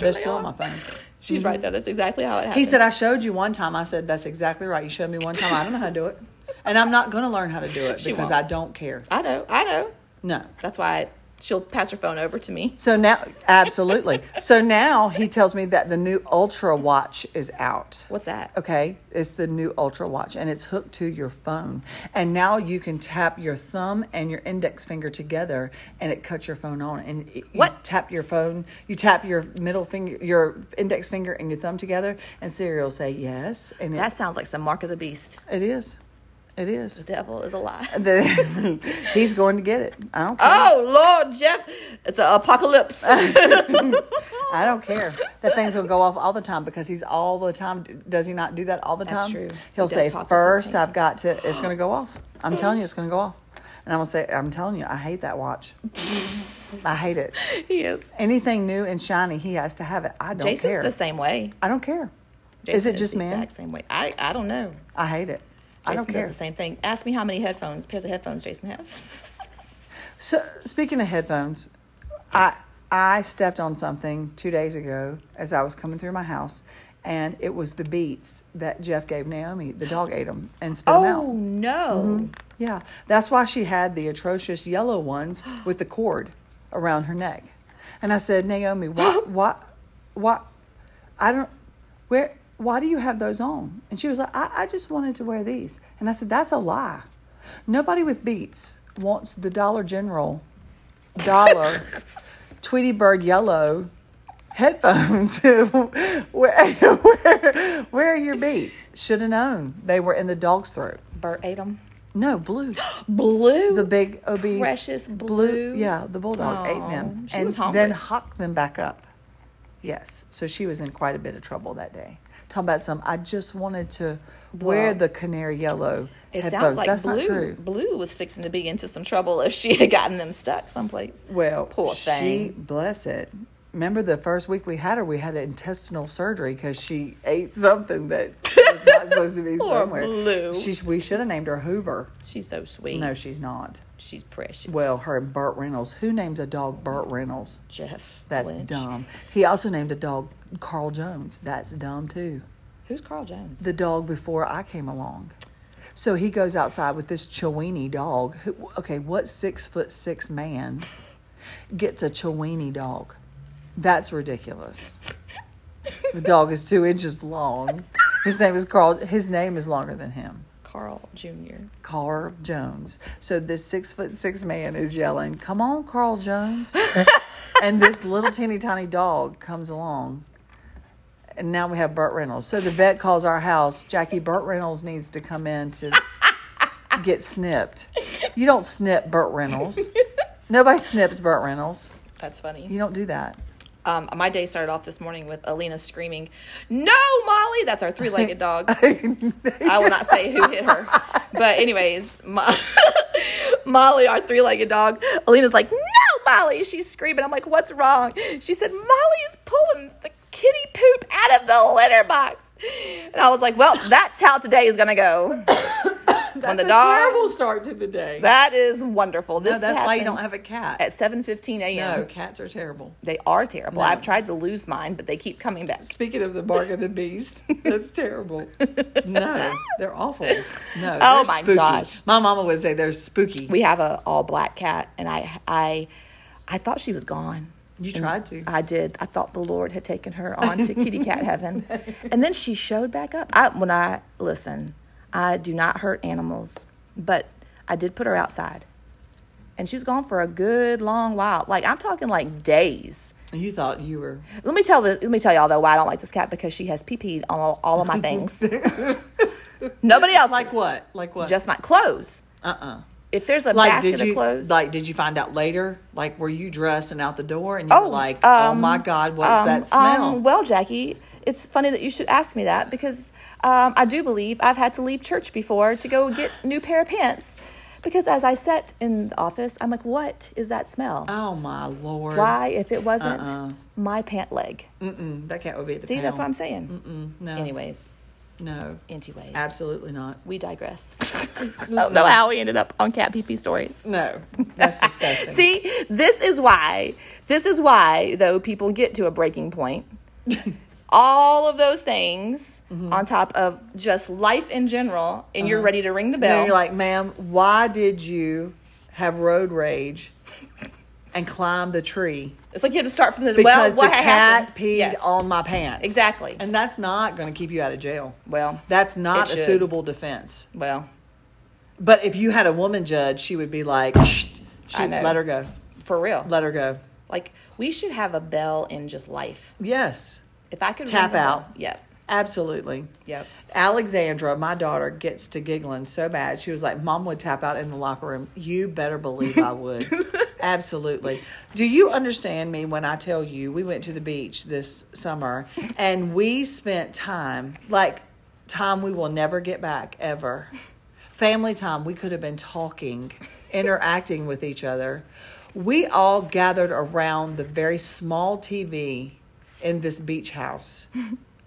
B: They're
A: they
B: still on
A: are.
B: my phone.
A: She's right, though. That's exactly how it happened.
B: Mm-hmm. He said, I showed you one time. I said, that's exactly right. You showed me one time. I don't know how to do it. And I'm not going to learn how to do it
A: She
B: because
A: won't.
B: I don't care.
A: I know, I know.
B: No.
A: That's why she'll pass her phone over to me.
B: So now, absolutely. so now he tells me that the new Ultra Watch is out.
A: What's that?
B: Okay, it's the new Ultra Watch and it's hooked to your phone. And now you can tap your thumb and your index finger together and it cuts your phone on. And it, you
A: What?
B: tap your phone, you tap your middle finger, your index finger and your thumb together and Siri will say yes. And it,
A: That sounds like some mark of the beast.
B: it is. It is.
A: The devil is a lie.
B: The- he's going to get it. I don't care.
A: Oh, Lord, Jeff. It's an apocalypse.
B: I don't care. That thing's gonna go off all the time because he's all the time. Does he not do that all the
A: That's
B: time?
A: true.
B: He'll
A: He does
B: say
A: talk with his
B: first,
A: hand."
B: I've got to. It's gonna go off. I'm telling you, it's gonna go off. And I'm gonna say, I'm telling you, I hate that watch. I hate it.
A: he is.
B: Anything new and shiny, he has to have it. I don't
A: Jason's
B: care.
A: the same way.
B: I don't care. is
A: Jason
B: it just
A: the
B: men?
A: Exact same way. I, I don't know.
B: I hate it. I
A: Jason
B: don't care.
A: does the same thing. Ask me how many headphones, pairs of headphones Jason has.
B: So speaking of headphones, I I stepped on something two days ago as I was coming through my house, and it was the beets that Jeff gave Naomi. The dog ate them and spit them
A: Oh,
B: out.
A: no.
B: Yeah, that's why she had the atrocious yellow ones with the cord around her neck. And I said, Naomi, what, what, what? I don't. Where? Why do you have those on? And she was like, I, I just wanted to wear these. And I said, that's a lie. Nobody with beats wants the Dollar General dollar Tweety Bird yellow headphones. where, where, where are your beats? Should have known they were in the dog's throat.
A: Bert ate them.
B: No, blue.
A: Blue.
B: The big obese
A: Precious blue.
B: Yeah, the bulldog ate them
A: Aw, she
B: and
A: was hungry.
B: then hocked them back up. Yes, so she was in quite a bit of trouble that day. Talking about some, I just wanted to wear
A: Well,
B: the canary yellow
A: It
B: headphones.
A: sounds like
B: That's
A: Blue.
B: not true.
A: Blue was fixing to be into some trouble if she had gotten them stuck someplace.
B: Well,
A: poor
B: She,
A: thing.
B: bless it. Remember the first week we had her, we had intestinal surgery because she ate something that was not supposed to be
A: Poor
B: somewhere.
A: Blue.
B: She, we should have named her Hoover.
A: She's so sweet.
B: No, she's not.
A: she's precious.
B: Well, her and Burt Reynolds. Who names a dog Burt Reynolds?
A: Jeff.
B: That's
A: Lynch.
B: dumb. He also named a dog Carl Jones. That's dumb too.
A: Who's Carl Jones?
B: The dog before I came along. So he goes outside with this Chiweenie dog. Who, okay, what six foot six man gets a Chiweenie dog? That's ridiculous. The dog is two inches long. His name is Carl. His name is longer than him.
A: Carl Jr.
B: Carl Jones. So this six foot six man is yelling, "Come on, Carl Jones!" and this little teeny tiny dog comes along, and now we have Burt Reynolds. So the vet calls our house. Jackie, Burt Reynolds needs to come in to get snipped. You don't snip Burt Reynolds. Nobody snips Burt Reynolds.
A: That's
B: You
A: funny.
B: don't do that.
A: Um, my day started off this morning with Alina screaming, "No, Molly!" That's our three-legged dog. I will not say who hit her, but anyways, my Molly, our three legged dog, Alina's like, no, Molly. She's screaming. I'm like, what's wrong? She said, Molly is pulling the kitty poop out of the litter box. And I was like, well, that's how today is going to go.
B: That's
A: the
B: a
A: dog-
B: terrible start to the day.
A: That is wonderful. This
B: no, that's why you don't have
A: happens
B: a cat.
A: at 7:15 a.m.
B: no, cats are terrible.
A: They are terrible.
B: No.
A: I've tried to lose mine, but they keep coming back.
B: Speaking of the bark of the beast, that's terrible. No, they're awful. No,
A: Oh
B: they're
A: my
B: spooky.
A: gosh.
B: My mama would say they're spooky.
A: We have a all black cat, and I I I thought she was gone.
B: you tried to.
A: I did. I thought the Lord had taken her on to kitty cat heaven, and then she showed back up. I when I listen, I do not hurt animals, but I did put her outside, and she was gone for a good long while. Like I'm talking like days.
B: You thought you were.
A: Let me tell the, let me tell y'all though why I don't like this cat because she has pee peed on all, all of my things. Nobody else
B: Like what? Like what?
A: Just my clothes.
B: uh uh
A: If there's a
B: Like
A: basket
B: did you
A: of clothes,
B: like did you find out later? Like were you dressed and out the door and you were
A: Oh,
B: like, oh
A: um,
B: my god, what's
A: um,
B: that smell?
A: um, well, Jackie, it's funny that you should ask me that because um, I do believe I've had to leave church before to go get new pair of pants because as I sat in the office, I'm like, what is that smell?
B: oh my lord!
A: Why, if it wasn't
B: Uh-uh.
A: my pant leg?
B: Mm-mm, Mm, that cat would be at the
A: See,
B: pound.
A: that's what I'm saying.
B: Mm-mm, no,
A: Anyways,
B: no,
A: anyways,
B: absolutely not.
A: we digress. I don't know how we ended up on cat pee pee stories.
B: No, that's disgusting.
A: See, this is why. This is why, though, people get to a breaking point. All of those things
B: Mm-hmm.
A: on top of just life in general, and you're ready to ring the
B: Then
A: bell.
B: Uh-huh. you're like, ma'am, why did you have road rage and climb the tree?
A: it's like you have to start from the
B: Because
A: well. What
B: the
A: had
B: cat
A: happened?
B: peed
A: Yes.
B: on my pants.
A: exactly.
B: And that's not going to keep you out of jail.
A: well,
B: That's not
A: It
B: a
A: should.
B: suitable defense.
A: well,
B: But if you had a woman judge, she would be like, Shh, she,
A: I know.
B: let her go.
A: for real.
B: Let her go.
A: Like we should have a bell in just life.
B: Yes,
A: If I could ring
B: Tap
A: the bell-
B: out.
A: Yep.
B: absolutely.
A: Yep.
B: Alexandra, my daughter, gets to giggling so bad. She was like, Mom would tap out in the locker room. You better believe I would. Absolutely. Do you understand me when I tell you we went to the beach this summer and we spent time, like time we will never get back ever? Family time, we could have been talking, interacting with each other. We all gathered around the very small TV in this beach house.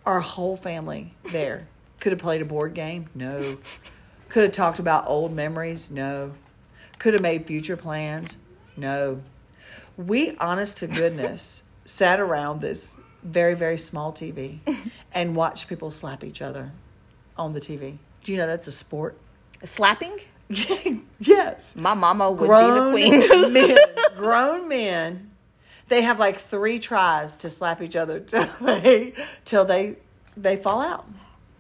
B: Our whole family there. Could have played a board game? No. Could have talked about old memories? No. Could have made future plans? No. We, honest to goodness, sat around this very, very small TV and watched people slap each other on the TV. Do you know that's a sport?
A: Slapping.
B: yes
A: My mama would
B: grown
A: be the queen.
B: men, grown men, they have like three tries to slap each other till they till they they fall out.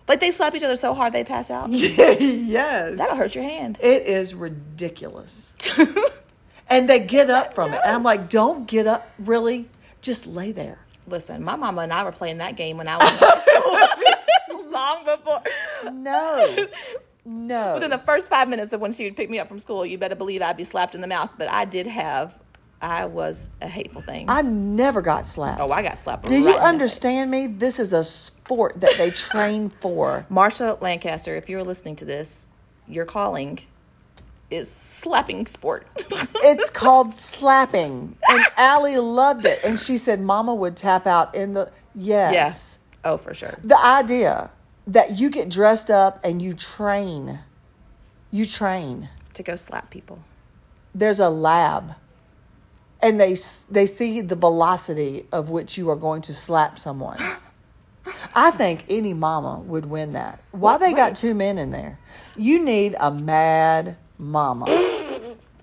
A: like they slap each other so hard they pass out.
B: yes,
A: That'll hurt your hand.
B: It is ridiculous. and they get up from it, and I'm like, don't get up, really, just lay there.
A: Listen, my mama and I were playing that game when I was in high school. long before.
B: No, no.
A: Within the first five minutes of when she would pick me up from school, you better believe I'd be slapped in the mouth. But I did have, I was a hateful thing.
B: I never got slapped.
A: oh, I got slapped.
B: Do
A: right
B: you
A: in the
B: understand me? This is a sport that they train for.
A: face. Marsha Lancaster? If you're listening to this, your calling is slapping sport.
B: It's called slapping. And Allie loved it. And she said Mama would tap out in the yes.
A: yes. Oh, for sure.
B: The idea that you get dressed up and you train. You train.
A: To go slap people.
B: There's a lab. And they s- they see the velocity of which you are going to slap someone. I think any mama would win that. Why they got two men in there? You need a mad mama.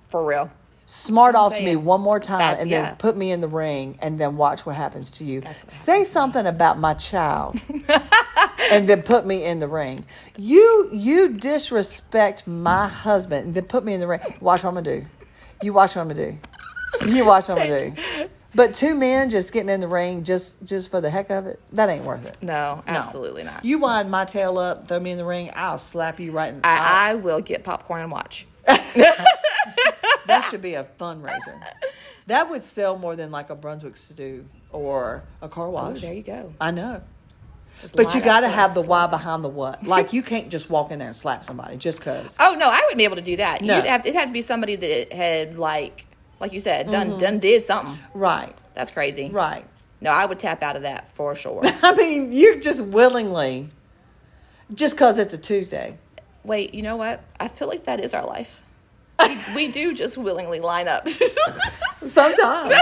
A: For real.
B: smart off to me
A: saying.
B: one more time
A: That-
B: and
A: yeah.
B: then put me in the ring and then watch what happens to you.
A: That's what
B: Say something about my child and then put me in the ring. You you disrespect my husband and then put me in the ring. Watch what I'm gonna do. You watch what I'm gonna do. You watch what I'm gonna do. But two men just getting in the ring just just for the heck of it, that ain't worth it.
A: No,
B: No.
A: absolutely not.
B: You wind my tail up, throw me in the ring, I'll slap you right in the
A: I,
B: eye.
A: I will get popcorn and watch.
B: That should be a fundraiser. That would sell more than like a Brunswick stew or a car
A: Oh,
B: wash.
A: there you go.
B: I know.
A: Just
B: but
A: light
B: you
A: up
B: got to
A: with
B: have the
A: some-
B: why behind the what. Like you can't just walk in there and slap somebody just because.
A: Oh no, I wouldn't be able to do that.
B: No.
A: You'd have it'd have to be somebody that had like like you said, done done did something.
B: Right,
A: That's crazy.
B: Mm-hmm. right.
A: No, I would tap out of that for sure.
B: I mean, you're just willingly, just because it's a Tuesday.
A: Wait, you know what? I feel like that is our life. We, we do just willingly line up.
B: Sometimes,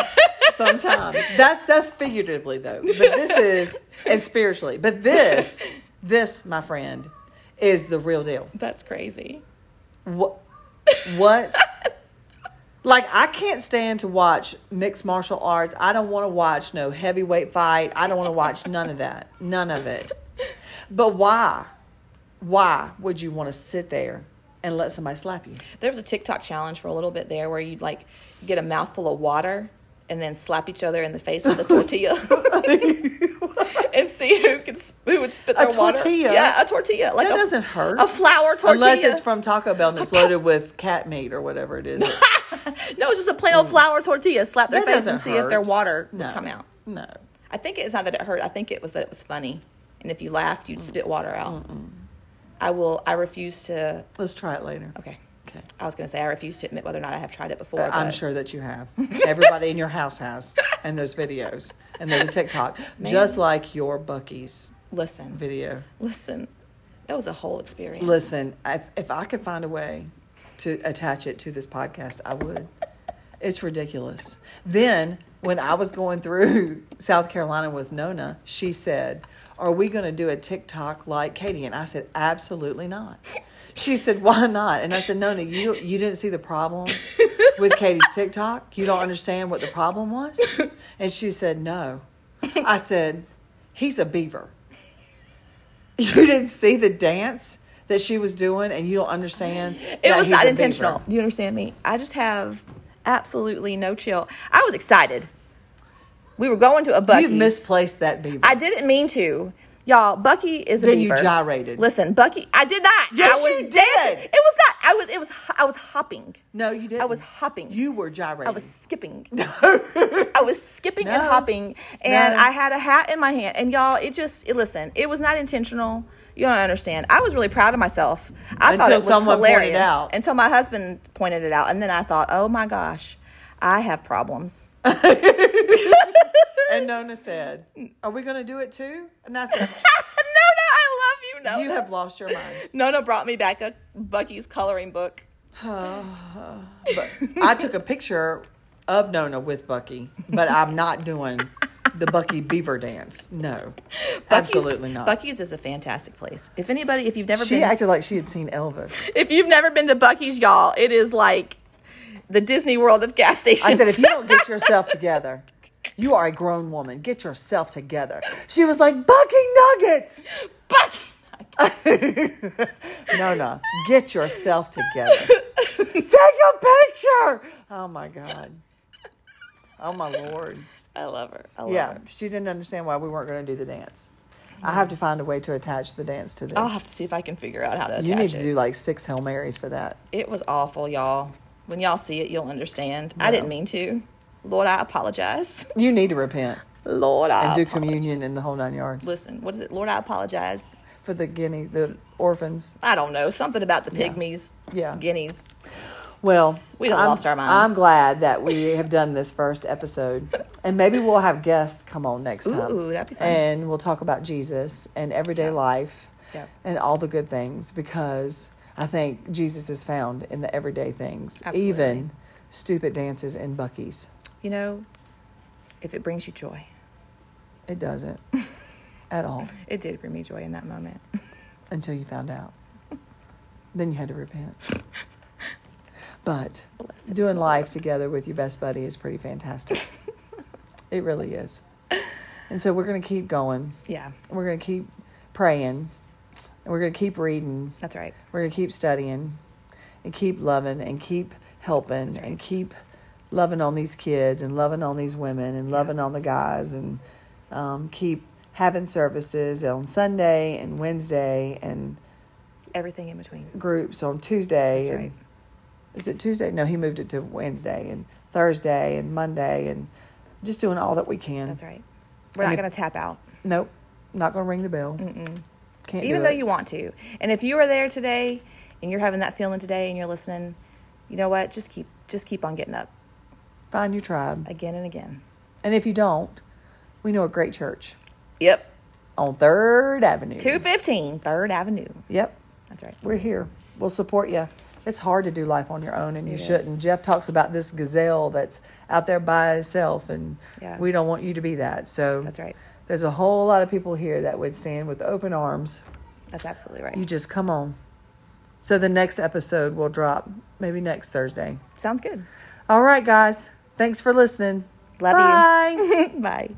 B: sometimes that that's figuratively though. But this is and spiritually. But this, this, my friend, is the real deal.
A: That's crazy.
B: What? What? like I can't stand to watch mixed martial arts. I don't want to watch no heavyweight fight. I don't want to watch none of that. None of it. But why? Why would you want to sit there and let somebody slap you?
A: There was a TikTok challenge for a little bit there where you'd like get a mouthful of water and then slap each other in the face with a tortilla and see who could s- who would spit
B: A
A: their water.
B: tortilla?
A: Yeah, a tortilla. Like
B: That
A: a,
B: doesn't hurt.
A: A flour tortilla.
B: Unless it's from Taco Bell and it's loaded with cat meat or whatever it is.
A: no, it's just a plain old flour tortilla. Slap their
B: Hmm. That
A: face
B: doesn't
A: and see if their
B: hurt.
A: water would
B: No.
A: come out.
B: No.
A: I think it's not that it hurt. I think it was that it was funny, and if you laughed,
B: Mm.
A: you'd spit water out. I will. I refuse to.
B: Let's try it later.
A: Okay.
B: Okay. Uh,
A: I was gonna say I refuse to admit whether or not I have tried it before.
B: I'm
A: but
B: sure that you have. Everybody in your house has. And there's videos. And there's a TikTok. Just like your Bucky's
A: Listen,
B: video.
A: listen. That was a whole experience.
B: Listen, if, if I could find a way to attach it to this podcast, I would. It's ridiculous. Then, when I was going through South Carolina with Nona, she said, Are we going to do a TikTok like Katie? And I said, Absolutely not. She said, Why not? And I said, Nona, you, you didn't see the problem with Katie's TikTok? You don't understand what the problem was? And she said, No. I said, He's a beaver you didn't see the dance that she was doing and you don't understand
A: It was not intentional. Do You understand me? I just have absolutely no chill. I was excited. We were going to a Bucky's.
B: you misplaced that beaver
A: I didn't mean to. Y'all, Bucky is a
B: Then you
A: beaver.
B: gyrated.
A: Listen, Bucky, I did not.
B: Yes,
A: I was
B: you did.
A: dancing. It was not. I was. It was. I was hopping.
B: no you didn't
A: I was hopping.
B: you were gyrating
A: I was skipping. I was skipping and
B: No.
A: hopping, and
B: No.
A: I had a hat in my hand. And y'all, it just it, listen. It was not intentional. You don't understand. I was really proud of myself. I thought
B: Until
A: it was
B: someone pointed
A: hilarious
B: out.
A: until my husband pointed it out, and then I thought, oh my gosh, I have problems.
B: and nona said are we going to do it too and i said
A: no, no, I love you.
B: you
A: No,
B: have lost your mind
A: Nona brought me back a Bucky's coloring book.
B: but i took a picture of nona with bucky but i'm not doing the bucky beaver dance no
A: Buc-ee's-
B: absolutely not
A: Buc-ee's is a fantastic place. If anybody, if you've never
B: she
A: been,
B: acted like she had seen elvis
A: if you've never been to Bucky's, y'all, it is like the Disney World of gas stations.
B: I said, if you don't get yourself together, you are a grown woman. Get yourself together. She was like, Bucky Nuggets.
A: Bucky,
B: No, no. Get yourself together. Take a picture. Oh, my God. Oh, my Lord.
A: I love her. I love
B: Yeah.
A: her.
B: She didn't understand why we weren't going to do the dance. I have to find a way to attach the dance to this.
A: I'll have to see if I can figure out how to attach
B: you need
A: it.
B: to do like six Hail Marys for that.
A: it was awful, y'all. When y'all see it, you'll understand. I didn't mean to. Lord, I apologize.
B: You need to repent
A: Lord, I
B: and do
A: apo-
B: communion in the whole nine yards
A: listen. What is it? Lord, I apologize.
B: for the guinea, the orphans.
A: I don't know something about the pygmies,
B: Yeah.
A: guineas.
B: Well,
A: We done
B: I'm,
A: lost our minds.
B: I'm glad that we have done this first episode, and maybe we'll have guests come on next time.
A: Ooh, that'd be fun.
B: And we'll talk about Jesus and everyday life,
A: Yep.
B: and all the good things because I think Jesus is found in the everyday things,
A: Absolutely.
B: even stupid dances in Bucky's.
A: You know, if it brings you joy,
B: It doesn't at all
A: it did bring me joy in that moment.
B: until you found out. Then you had to repent. But
A: Blessed
B: doing life together with your best buddy is pretty fantastic. it really is. And so we're going to keep going.
A: Yeah,
B: We're going to keep praying. And we're going to keep reading.
A: that's right.
B: We're going to keep studying and keep loving and keep helping and keep loving on these kids and loving on these women and loving on the guys and um, keep having services on Sunday and Wednesday and
A: Everything in between.
B: groups on Tuesday.
A: That's
B: and,
A: right.
B: Is it Tuesday? No, he moved it to Wednesday and Thursday and Monday and just doing all that we can.
A: That's right. We're
B: And
A: not
B: if-
A: going to tap out.
B: Nope. Not going to ring the bell. Mm-mm. Can't
A: even
B: do
A: though
B: it.
A: you want to. And if you are there today and you're having that feeling today and you're listening, you know what? Just keep just keep on getting up
B: find your tribe,
A: again and again.
B: and if you don't, we know a great church
A: Yep.
B: on Third Avenue.
A: 215 3rd Avenue.
B: Yep,
A: That's right.
B: we're here. We'll support you. It's hard to do life on your own, and you
A: It is.
B: shouldn't. Jeff talks about this gazelle that's out there by itself, and
A: Yeah.
B: we don't want you to be that. So
A: That's right.
B: There's a whole lot of people here that would stand with open arms.
A: That's absolutely right.
B: You just come on. So the next episode will drop maybe next Thursday.
A: Sounds good.
B: All right, guys. Thanks for listening.
A: Love you.
B: Bye.
A: Bye.